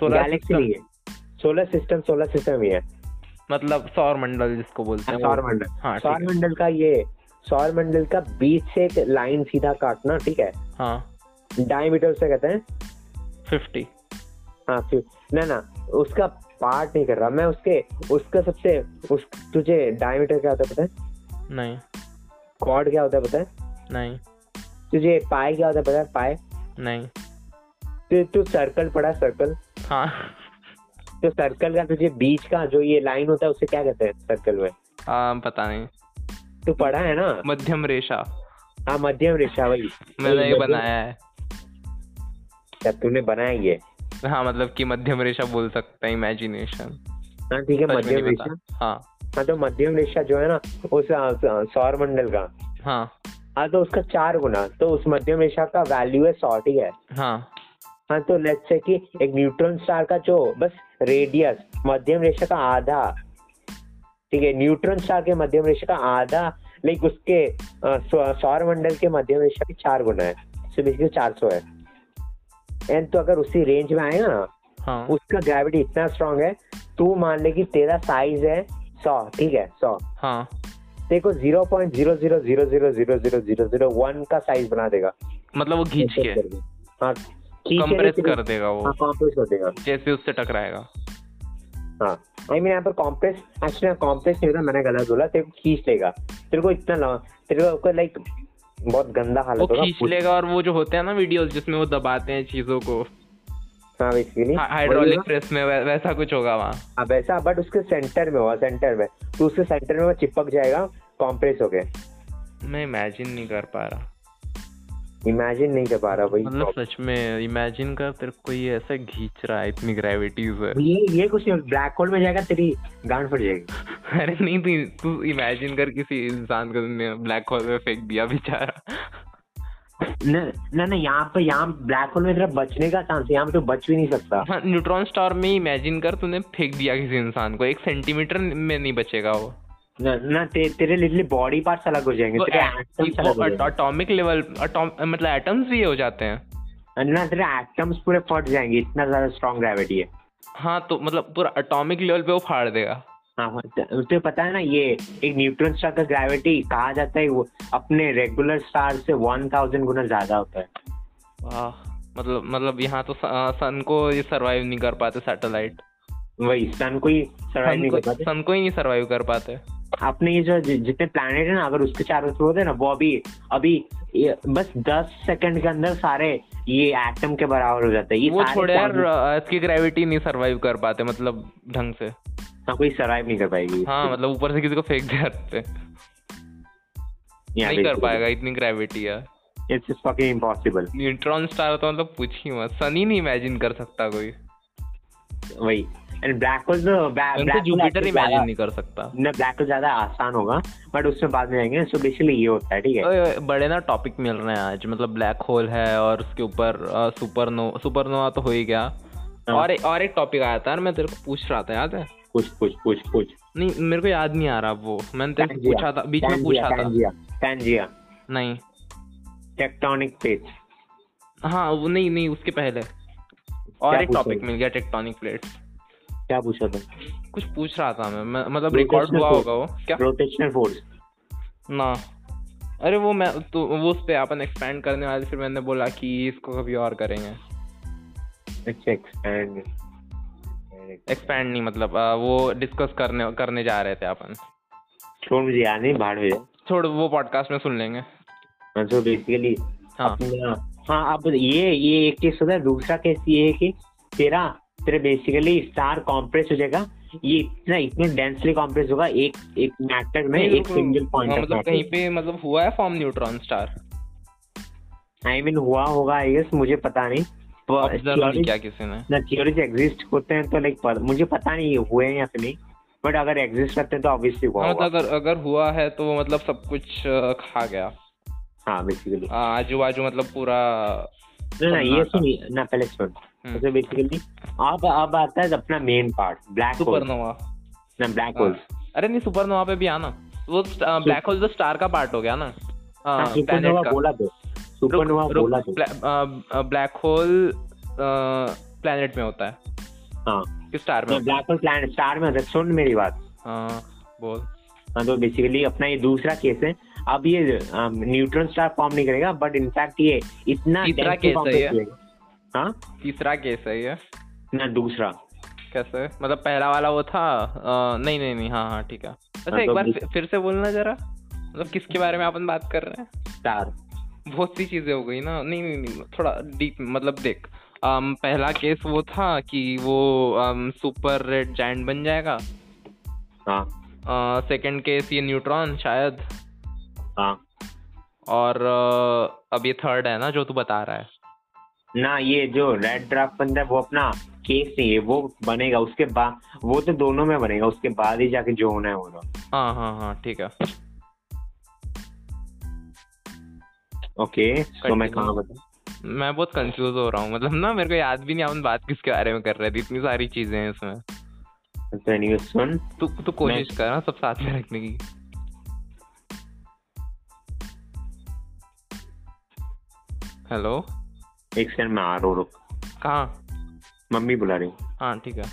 A: सोलर
B: गैलेक्सी नहीं है सोलर सिस्टम सोलर सिस्टम ही है
A: मतलब सौर मंडल जिसको बोलते हैं वो।
B: सौर मंडल
A: हाँ ठीक
B: सौर
A: है
B: मंडल का ये सौर मंडल का बीच से एक लाइन सीधा काटना ठीक है
A: हाँ
B: डायमीटर से कहते हैं
A: फिफ्टी
B: हाँ फिर ना ना उसका पार्ट नहीं कर रहा मैं उसके उसका सबसे उस तुझे डायमीटर क्या होता है पता है
A: नहीं
B: कॉर्ड क्या होता है पता है
A: नहीं
B: तुझे पाए क्या होता है पता है पाए
A: नहीं
B: तु, तू सर्कल पड़ा सर्कल
A: हाँ
B: तो सर्कल का तुझे बीच का जो ये लाइन होता है उसे क्या कहते हैं सर्कल में
A: आ, पता नहीं
B: तू पढ़ा है ना
A: मध्यम रेशा
B: हाँ मध्यम रेशा वही
A: मैंने ये
B: मध्यम-
A: बनाया है
B: क्या अच्छा, तूने बनाया ये
A: हाँ मतलब कि मध्यम रेशा बोल सकते हैं इमेजिनेशन
B: हाँ ठीक है
A: सच में
B: मध्यम
A: नहीं पता।
B: रेशा
A: हाँ
B: हाँ तो मध्यम रेशा जो है ना उस आ, स- सौरमंडल का
A: हाँ
B: हाँ तो उसका चार गुना तो उस मध्यम रेशा का वैल्यू है सॉट ही है
A: हाँ
B: हाँ तो लेट्स से कि एक न्यूट्रॉन स्टार का जो बस रेडियस मध्यम रेशा का आधा ठीक है न्यूट्रॉन स्टार के मध्यम रेशा का आधा लाइक उसके अ, सौ- सौरमंडल के मध्यम रेशा के चार गुना है सो बेसिकली चार सौ है एंड तो अगर उसी रेंज में आएगा ना
A: हाँ
B: उसका ग्रेविटी इतना स्ट्रांग है तू मान ले कि तेरा साइज है सौ ठीक है सौ
A: हाँ
B: देखो zero point zero zero zero zero zero zero zero zero one का साइज बना देगा
A: मतलब वो खींच के
B: हाँ खींच के
A: कंप्रेस
B: नहीं,
A: कर देगा वो
B: हाँ compress कर देगा
A: जैसे उससे टकराएगा
B: हाँ आई मीन यहाँ पर कॉम्प्रेस एक्चुअली कॉम्प्रेस नहीं होता मैंने गलत बोला तेरे को खींच लेगा तेरे को इतना लंबा तेरे को लाइक बहुत गंदा
A: वो
B: हालत
A: खींच
B: होगा
A: लेगा और वो जो होते हैं ना वीडियोस जिसमें वो दबाते हैं चीजों को
B: हाँ बेसिकली
A: हाइड्रोलिक प्रेस में वै- वैसा कुछ होगा वहाँ
B: हाँ वैसा बट उसके सेंटर में होगा सेंटर में तो उसके सेंटर में वो चिपक जाएगा कॉम्प्रेस हो गया
A: मैं इमेजिन नहीं कर पा रहा
B: इमेजिन नहीं कर पा रहा भाई
A: मतलब सच में इमेजिन कर तेरे को ये ऐसा खींच रहा है इतनी ग्रेविटी से
B: ये ये कुछ नहीं ब्लैक होल में जाएगा तेरी गांड फट जाएगी
A: अरे नहीं तू तू इमेजिन कर किसी इंसान को तुमने ब्लैक होल में फेंक दिया बेचारा
B: न- ना ना यहाँ पे यहाँ ब्लैक होल में तेरा बचने का चांस है यहाँ पे तो बच भी नहीं सकता
A: हाँ न्यूट्रॉन स्टार में इमेजिन कर तूने फेंक दिया किसी इंसान को एक सेंटीमीटर में नहीं बचेगा वो
B: ना ना ते, तेरे लिटरली बॉडी पार्ट्स अलग हो जाएंगे तेरे atoms अलग हो जाएंगे।
A: एटॉमिक लेवल मतलब एटम्स भी ये हो जाते हैं
B: ना तेरे एटम्स पूरे फट जाएंगे इतना ज्यादा स्ट्रांग ग्रेविटी है
A: हाँ तो मतलब पूरा एटॉमिक लेवल पे वो फाड़ देगा
B: हाँ हाँ तो- तो पता है ना ये एक न्यूट्रॉन स्टार का ग्रेविटी कहा जाता है वो अपने रेगुलर स्टार से 1000 गुना ज्यादा होता है
A: वाह मतलब मतलब यहाँ तो सन को ये सरवाइव नहीं कर पाते सैटेलाइट
B: वही सन को ही सर्वाइव नहीं कर पाते
A: सन को ही नहीं सरवाइव कर पाते
B: अपने ये जो जि- जितने प्लानट है ना अगर उसके चारों थ्रू होते हैं ना वो अभी अभी ये बस दस सेकंड के अंदर सारे ये एटम के बराबर हो जाते हैं ये
A: वो
B: सारे
A: छोड़े यार
B: planets
A: अर्थ की ग्रेविटी नहीं सरवाइव कर पाते मतलब ढंग से
B: ना कोई सर्वाइव नहीं कर पाएगी
A: हाँ मतलब ऊपर से किसी को फेंक दिया अर्थ पे
B: Yeah,
A: मतलब नहीं कर
B: basically.
A: पाएगा इतनी ग्रेविटी है
B: It's just fucking impossible.
A: Neutron star तो मतलब पूछ ही मत सन ही नहीं इमेजिन कर सकता कोई
B: वही एंड ब्लैक होल तो
A: उनको जुपिटर इमेजिन नहीं कर सकता
B: ना ब्लैक होल तो ज्यादा आसान होगा बट उसमें बाद में जाएंगे सो बेसिकली ये होता है ठीक है
A: ओए, ओए, बड़े ना टॉपिक मिल रहे हैं आज मतलब ब्लैक होल है और उसके ऊपर सुपरनो सुपरनोवा तो हो ही गया
B: हाँ।
A: और ए- और एक टॉपिक आया था यार मैं तेरे को पूछ रहा था याद है
B: कुछ कुछ कुछ कुछ
A: नहीं मेरे को याद नहीं आ रहा वो मैंने तेरे को
B: Pangea,
A: तो पूछा था बीच में पूछा था
B: Pangea, Pangea,
A: नहीं
B: tectonic plates.
A: हाँ वो नहीं नहीं उसके पहले और
B: क्या
A: एक
B: पूछ
A: टॉपिक
B: रहे
A: मिल गया टेक्टोनिक प्लेट्स
B: क्या पूछा था
A: कुछ पूछ रहा था मैं, मैं मतलब
B: Rotational
A: रिकॉर्ड हुआ
B: force.
A: होगा वो क्या
B: रोटेशनल फोर्स
A: ना अरे वो मैं तो वो उस पे अपन एक्सपेंड करने वाले फिर मैंने बोला कि इसको कभी और करेंगे
B: अच्छा एक्सपैंड
A: एक्सपेंड नहीं मतलब अ, वो डिस्कस करने करने जा रहे थे अपन
B: छोड़ मुझे याद नहीं बाहर हो जाए
A: छोड़ वो पॉडकास्ट में सुन लेंगे
B: सो बेसिकली
A: हाँ
B: हाँ अब ये ये एक केस होता है दूसरा केस ये है कि तेरा तेरे बेसिकली स्टार कॉम्प्रेस हो जाएगा ये इतना इतना डेंसली कॉम्प्रेस होगा एक एक मैटर में
A: नहीं,
B: एक
A: रुको,
B: सिंगल
A: हाँ,
B: पॉइंट
A: मतलब कहीं पे मतलब हुआ है फॉर्म न्यूट्रॉन स्टार
B: हाँ, आई मीन हुआ होगा आई गेस मुझे पता नहीं
A: ऑब्जर्व नहीं
B: theories-
A: किया किसी ने हाँ,
B: ना थियोरीज एग्जिस्ट होते हैं तो लाइक मुझे पता नहीं ये हुए हैं या फिर नहीं बट अगर एग्जिस्ट करते हैं तो ऑब्वियसली हुआ
A: हाँ,
B: होगा
A: मतलब अगर अगर हुआ है तो वो मतलब सब कुछ अ, खा गया
B: हाँ बेसिकली
A: आजू बाजू मतलब पूरा
B: ना ना ये
A: सन्नाटा।
B: सुन ना पहले सुन
A: हाँ, हम्म।
B: तो बेसिकली अब अब आता है अपना main part black hole
A: supernova
B: ना ब्लैक
A: हाँ,
B: होल
A: अरे नहीं सुपरनोवा पे भी आना वो ब्लैक होल तो स्टार का पार्ट हो गया ना
B: हाँ सुपरनोवा बोला तो सुपरनोवा बोला तो
A: ब्लैक होल प्लेनेट में होता है
B: हाँ
A: कि स्टार में
B: तो
A: होता है
B: ब्लैक होल प्लैनेट स्टार में होता है सुन मेरी बात
A: हाँ, बोल
B: हाँ तो बेसिकली अपना ये दूसरा केस है अब ये न्यूट्रॉन स्टार फॉर्म नहीं करेगा बट इनफैक्ट ये इतना
A: तीसरा
B: densely
A: case है
B: compact
A: ये।
B: रहेगा। हाँ
A: तीसरा केस है ये
B: ना दूसरा
A: कैसे मतलब पहला वाला वो था अ, नहीं नहीं नहीं हाँ हाँ ठीक है अच्छा
B: हाँ,
A: एक
B: तो
A: बार
B: दूस-
A: फिर- फिर से बोलना जरा मतलब किसके बारे में अपन बात कर रहे हैं
B: स्टार
A: बहुत सी चीजें हो गई ना नहीं नहीं नहीं थोड़ा डीप मतलब देख अम, पहला केस वो था कि वो सुपर रेड जाइंट बन जाएगा
B: हाँ
A: सेकंड केस ये न्यूट्रॉन शायद
B: हाँ
A: और अ, अब ये थर्ड है ना जो तू बता रहा है
B: ना ये जो रेड ड्राफ्ट बनता है वो अपना केस नहीं है वो बनेगा उसके बाद वो तो दोनों में बनेगा उसके बाद ही जाके जो होना है होगा
A: हाँ हाँ हाँ ठीक है
B: ओके तो मैं
A: Continue.
B: कहाँ बता
A: मैं बहुत कंफ्यूज हो रहा हूँ मतलब ना मेरे को याद भी नहीं अपन बात किसके बारे में कर रहे थे इतनी सारी चीजें हैं इसमें
B: तो anyway, सुन
A: तू तू कोशिश कर हाँ, सब साथ में रखने की हेलो
B: एक सेकंड मैं आ रहा हूँ रुक
A: कहाँ
B: मम्मी बुला रही हूँ
A: हाँ ठीक है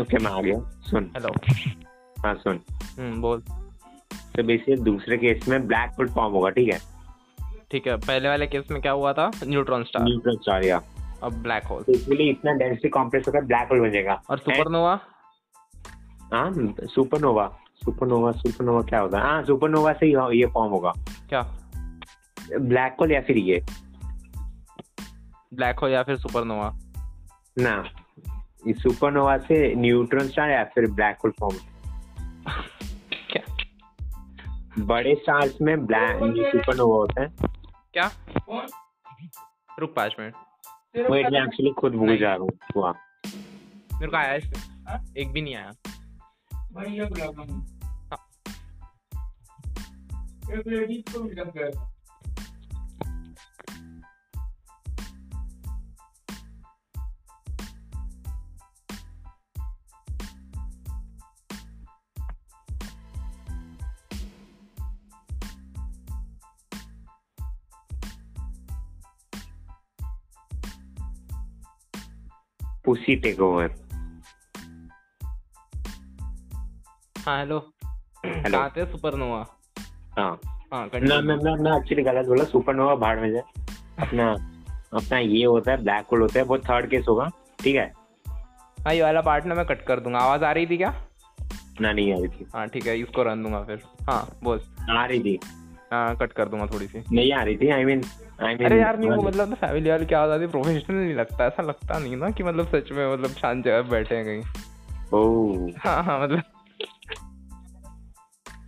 B: ओके मैं आ गया सुन
A: हेलो
B: हाँ सुन
A: हम्म बोल
B: तो बेसिकली दूसरे केस में ब्लैक होल फॉर्म होगा ठीक है
A: ठीक है पहले वाले केस में क्या हुआ था न्यूट्रॉन स्टार
B: न्यूट्रॉन स्टार या
A: अब ब्लैक होल
B: बेसिकली इतना डेंसिटी कॉम्प्लेक्स होगा ब्लैक होल बन जाएगा
A: और सुपरनोवा
B: हाँ सुपरनोवा सुपरनोवा सुपरनोवा क्या होगा हाँ सुपरनोवा से ही ये फॉर्म होगा
A: क्या
B: ब्लैक होल या फिर ये
A: ब्लैक होल या फिर सुपरनोवा
B: ना सुपरनोवा से न्यूट्रॉन स्टार या फिर ब्लैक होल फॉर्म
A: क्या
B: बड़े स्टार्स में ब्लैक सुपरनोवा होता है
A: क्या रुक पाँच मिनट
B: वेट मैं एक्चुअली खुद भूल जा रहा हूँ वाह
A: मेरे को आया इसमें एक भी नहीं आया
B: पुसी टेक ओवर
A: हाँ हेलो
B: हेलो
A: कहाँ थे सुपरनोवा
B: हाँ
A: हाँ
B: ना
A: कंटिन्यू
B: मैं मैं मैं एक्चुअली गलत बोला सुपरनोवा भाड़ में जाए अपना अपना ये होता है ब्लैक होल होता है वो थर्ड केस होगा ठीक है
A: हाँ ये वाला पार्ट ना मैं कट कर दूंगा आवाज आ रही थी क्या
B: ना नहीं आ रही थी
A: हाँ ठीक है इसको रन दूंगा फिर हाँ बोल
B: आ रही थी
A: हाँ कट कर दूंगा थोड़ी सी
B: नहीं आ रही थी आई मीन आई मीन
A: अरे यार नहीं वो मतलब ना फैमिली वाले क्या आवाज आती प्रोफेशनल नहीं लगता ऐसा लगता नहीं ना कि मतलब सच में मतलब शांत जगह पे बैठे हैं कहीं
B: ओ
A: हाँ हाँ मतलब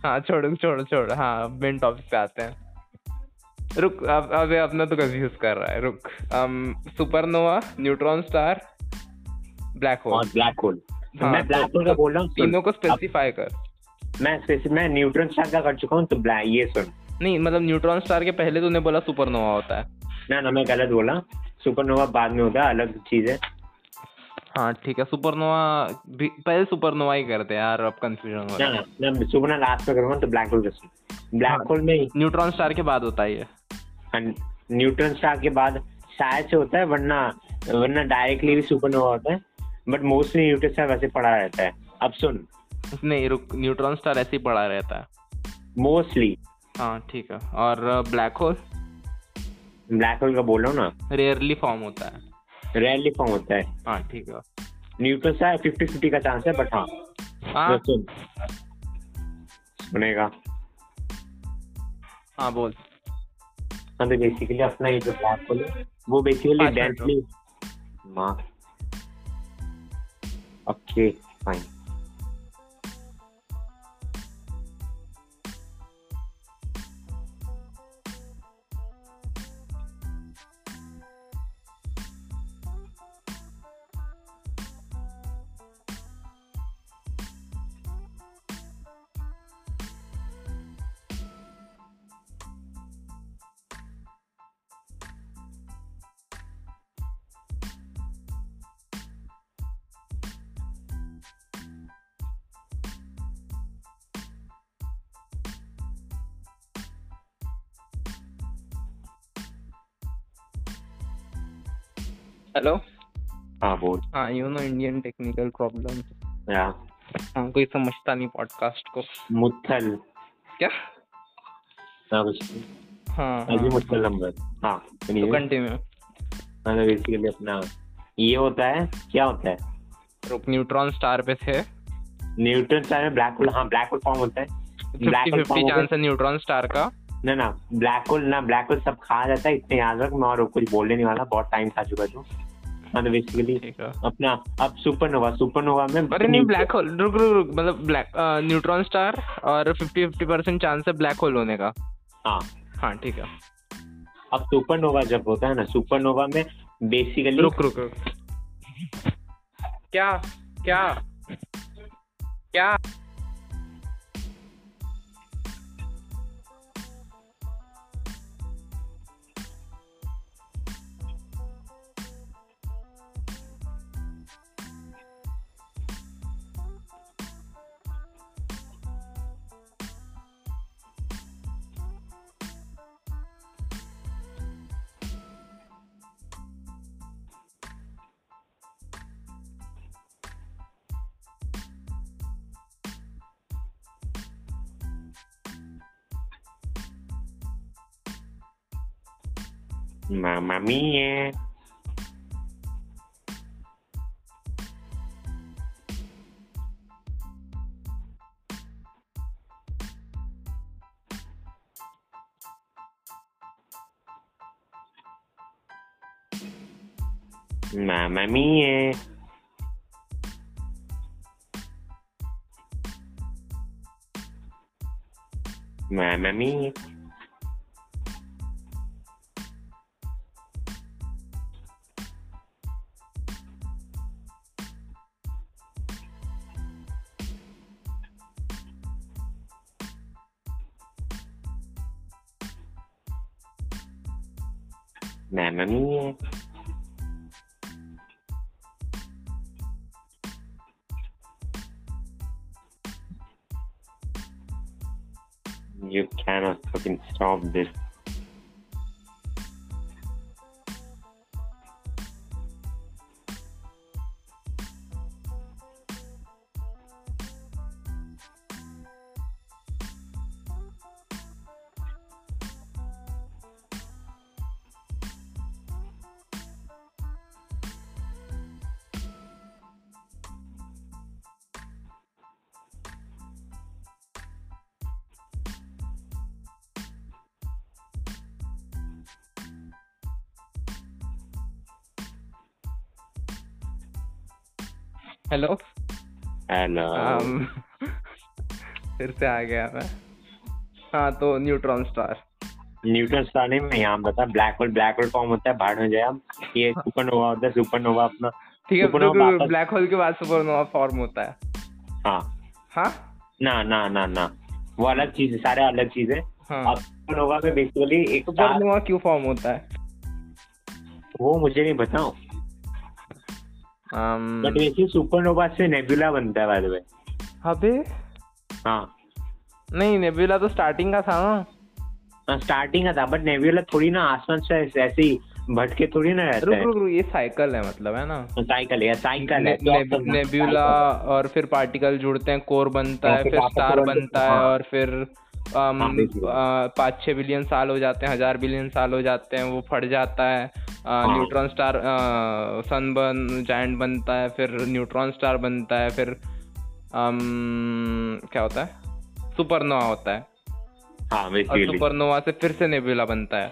A: हाँ छोड़ो छोड़ो छोड़ो हाँ मेन टॉपिक पे आते हैं रुक अब अब ये अपना तो कंफ्यूज कर रहा है रुक um, supernova neutron star black hole
B: और ब्लैक होल
A: हाँ,
B: मैं ब्लैक
A: तो-
B: होल का बोल रहा हूँ सुन,
A: तीनों को स्पेसिफाई कर
B: मैं स्पेसिफिक मैं न्यूट्रॉन स्टार का कर चुका हूँ तो ब्लैक ये सुन
A: नहीं मतलब न्यूट्रॉन स्टार के पहले तूने बोला सुपरनोवा होता है
B: ना ना मैं गलत बोला सुपरनोवा बाद में होता है अलग चीज है
A: हाँ ठीक है सुपरनोवा भी पहले सुपरनोवा ही करते हैं यार अब कंफ्यूजन हो रहा
B: ना
A: है
B: ना मैं सुपरनोवा लास्ट में करूंगा तो ब्लैक होल का सुन
A: हाँ।
B: ब्लैक होल में
A: न्यूट्रॉन स्टार के बाद होता है ये
B: न्यूट्रॉन स्टार के बाद शायद से होता है वरना वरना डायरेक्टली भी सुपरनोवा होता है बट मोस्टली न्यूट्रॉन स्टार वैसे पड़ा रहता है अब सुन
A: नहीं रुक न्यूट्रॉन स्टार ऐसे ही पड़ा रहता है
B: मोस्टली
A: हाँ ठीक है और ब्लैक होल
B: ब्लैक होल का बोल रहा हूँ ना
A: रेयरली फॉर्म होता है
B: रेयरली फॉर्म होता है
A: हाँ ठीक है
B: न्यूट्रॉन स्टार फिफ्टी फिफ्टी का चांस है बट हाँ
A: हाँ
B: सुन सुनेगा
A: हाँ बोल
B: हाँ तो बेसिकली अपना ये जो ब्लैक होल है वो बेसिकली
A: पाँच मिनट
B: डेंसली माँ ओके फाइन
A: हेलो
B: हाँ बोल
A: हाँ you know Indian technical problem
B: या
A: हाँ कोई समझता नहीं पॉडकास्ट को
B: मुथल
A: क्या
B: ना कुछ
A: हाँ
B: अभी
A: हाँ
B: मुथल नंबर हाँ
A: तो
B: anyway,
A: कंटिन्यू
B: हाँ तो बेसिकली अपना ये होता है क्या होता है
A: रुक न्यूट्रॉन स्टार पे थे
B: न्यूट्रॉन स्टार में ब्लैक होल हाँ ब्लैक होल फॉर्म होता है
A: fifty
B: Black hole
A: fifty
B: form हो
A: चांस है न्यूट्रॉन स्टार का
B: ना ना ब्लैक होल ना ब्लैक होल सब खा जाता है इतने याद रख मैं और कुछ बोलने नहीं वाला बहुत टाइम खा चुका तू मतलब बेसिकली
A: ठीक है
B: अपना अब सुपरनोवा सुपरनोवा में
A: अरे नहीं ब्लैक होल रुक रुक रुक मतलब ब्लैक न्यूट्रॉन स्टार और 50 50 परसेंट चांस है ब्लैक होल होने का
B: हाँ
A: हाँ ठीक है
B: अब सुपरनोवा जब होता है ना सुपरनोवा में बेसिकली
A: रुक रुक रुक क्या क्या क्या
B: मामा मी है मामा मी है mamma mia Mamma mia. You cannot fucking stop this.
A: Hello
B: Hello.
A: Um, Um, फिर से आ गया मैं हाँ तो न्यूट्रॉन स्टार
B: न्यूटन स्टार नहीं मैं यहाँ बता black hole black hole form होता है बाहर में जाए आप ये सुपरनोवा होता है सुपरनोवा अपना
A: ठीक है
B: Supernova
A: रुक, रुक,
B: वापस-
A: ब्लैक होल के बाद सुपरनोवा फॉर्म होता है
B: हाँ
A: हाँ
B: ना ना ना ना वो अलग चीज है सारे अलग चीज है
A: हाँ
B: अब सुपरनोवा में बेसिकली एक star-
A: सुपरनोवा क्यों फॉर्म होता है
B: वो मुझे नहीं बताओ
A: अम,
B: बट वैसे सुपरनोवा से नेबुला बनता है बाय द वे
A: अबे
B: हाँ
A: नहीं नेबुला तो स्टार्टिंग का था ना
B: स्टार्टिंग का था बट नेबुला थोड़ी ना आसमान से ऐसे- ऐसे ही भटके थोड़ी ना रहता
A: रुक
B: है
A: रुक रुक ये साइकिल है मतलब है ना
B: साइकिल है साइकिल है तो आप समझो,
A: नेब्यूला और फिर पार्टिकल जुड़ते हैं कोर बनता
B: और
A: है
B: फिर
A: फिर
B: वापस
A: स्टार
B: वो बनते-
A: बनता है
B: हाँ।
A: और फिर um, अम,
B: हाँ, बिल्कुल।
A: अ, पाँच छः बिलियन साल हो जाते हैं हजार बिलियन साल हो जाते हैं वो फट जाता है
B: हाँ।
A: न्यूट्रॉन स्टार सन बन जायंट बनता है फिर न्यूट्रॉन स्टार बनता है फिर अम, क्या होता है सुपरनोवा होता है
B: हाँ
A: और
B: बेसिकली
A: सुपरनोवा से फिर से नेब्यूला बनता है और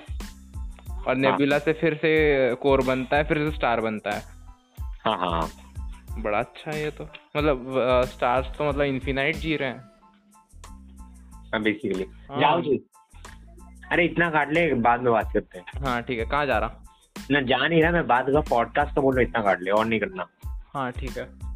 B: हाँ।
A: नेब्यूला से फिर से कोर बनता है फिर से स्टार बनता है
B: हाँ हाँ हाँ।
A: बड़ा अच्छा है ये तो मतलब स्टार्स तो मतलब इन्फिनाइट जी रहे हैं
B: हाँ बेसिकली
A: हाँ।
B: जाओ जी अरे इतना काट ले बाद में बात करते हैं
A: हाँ ठीक है कहाँ जा रहा
B: तो ना जा नहीं रहा मैं बात का पॉडकास्ट का बोल रहा हूँ, इतना काट ले और नहीं करना
A: हाँ ठीक है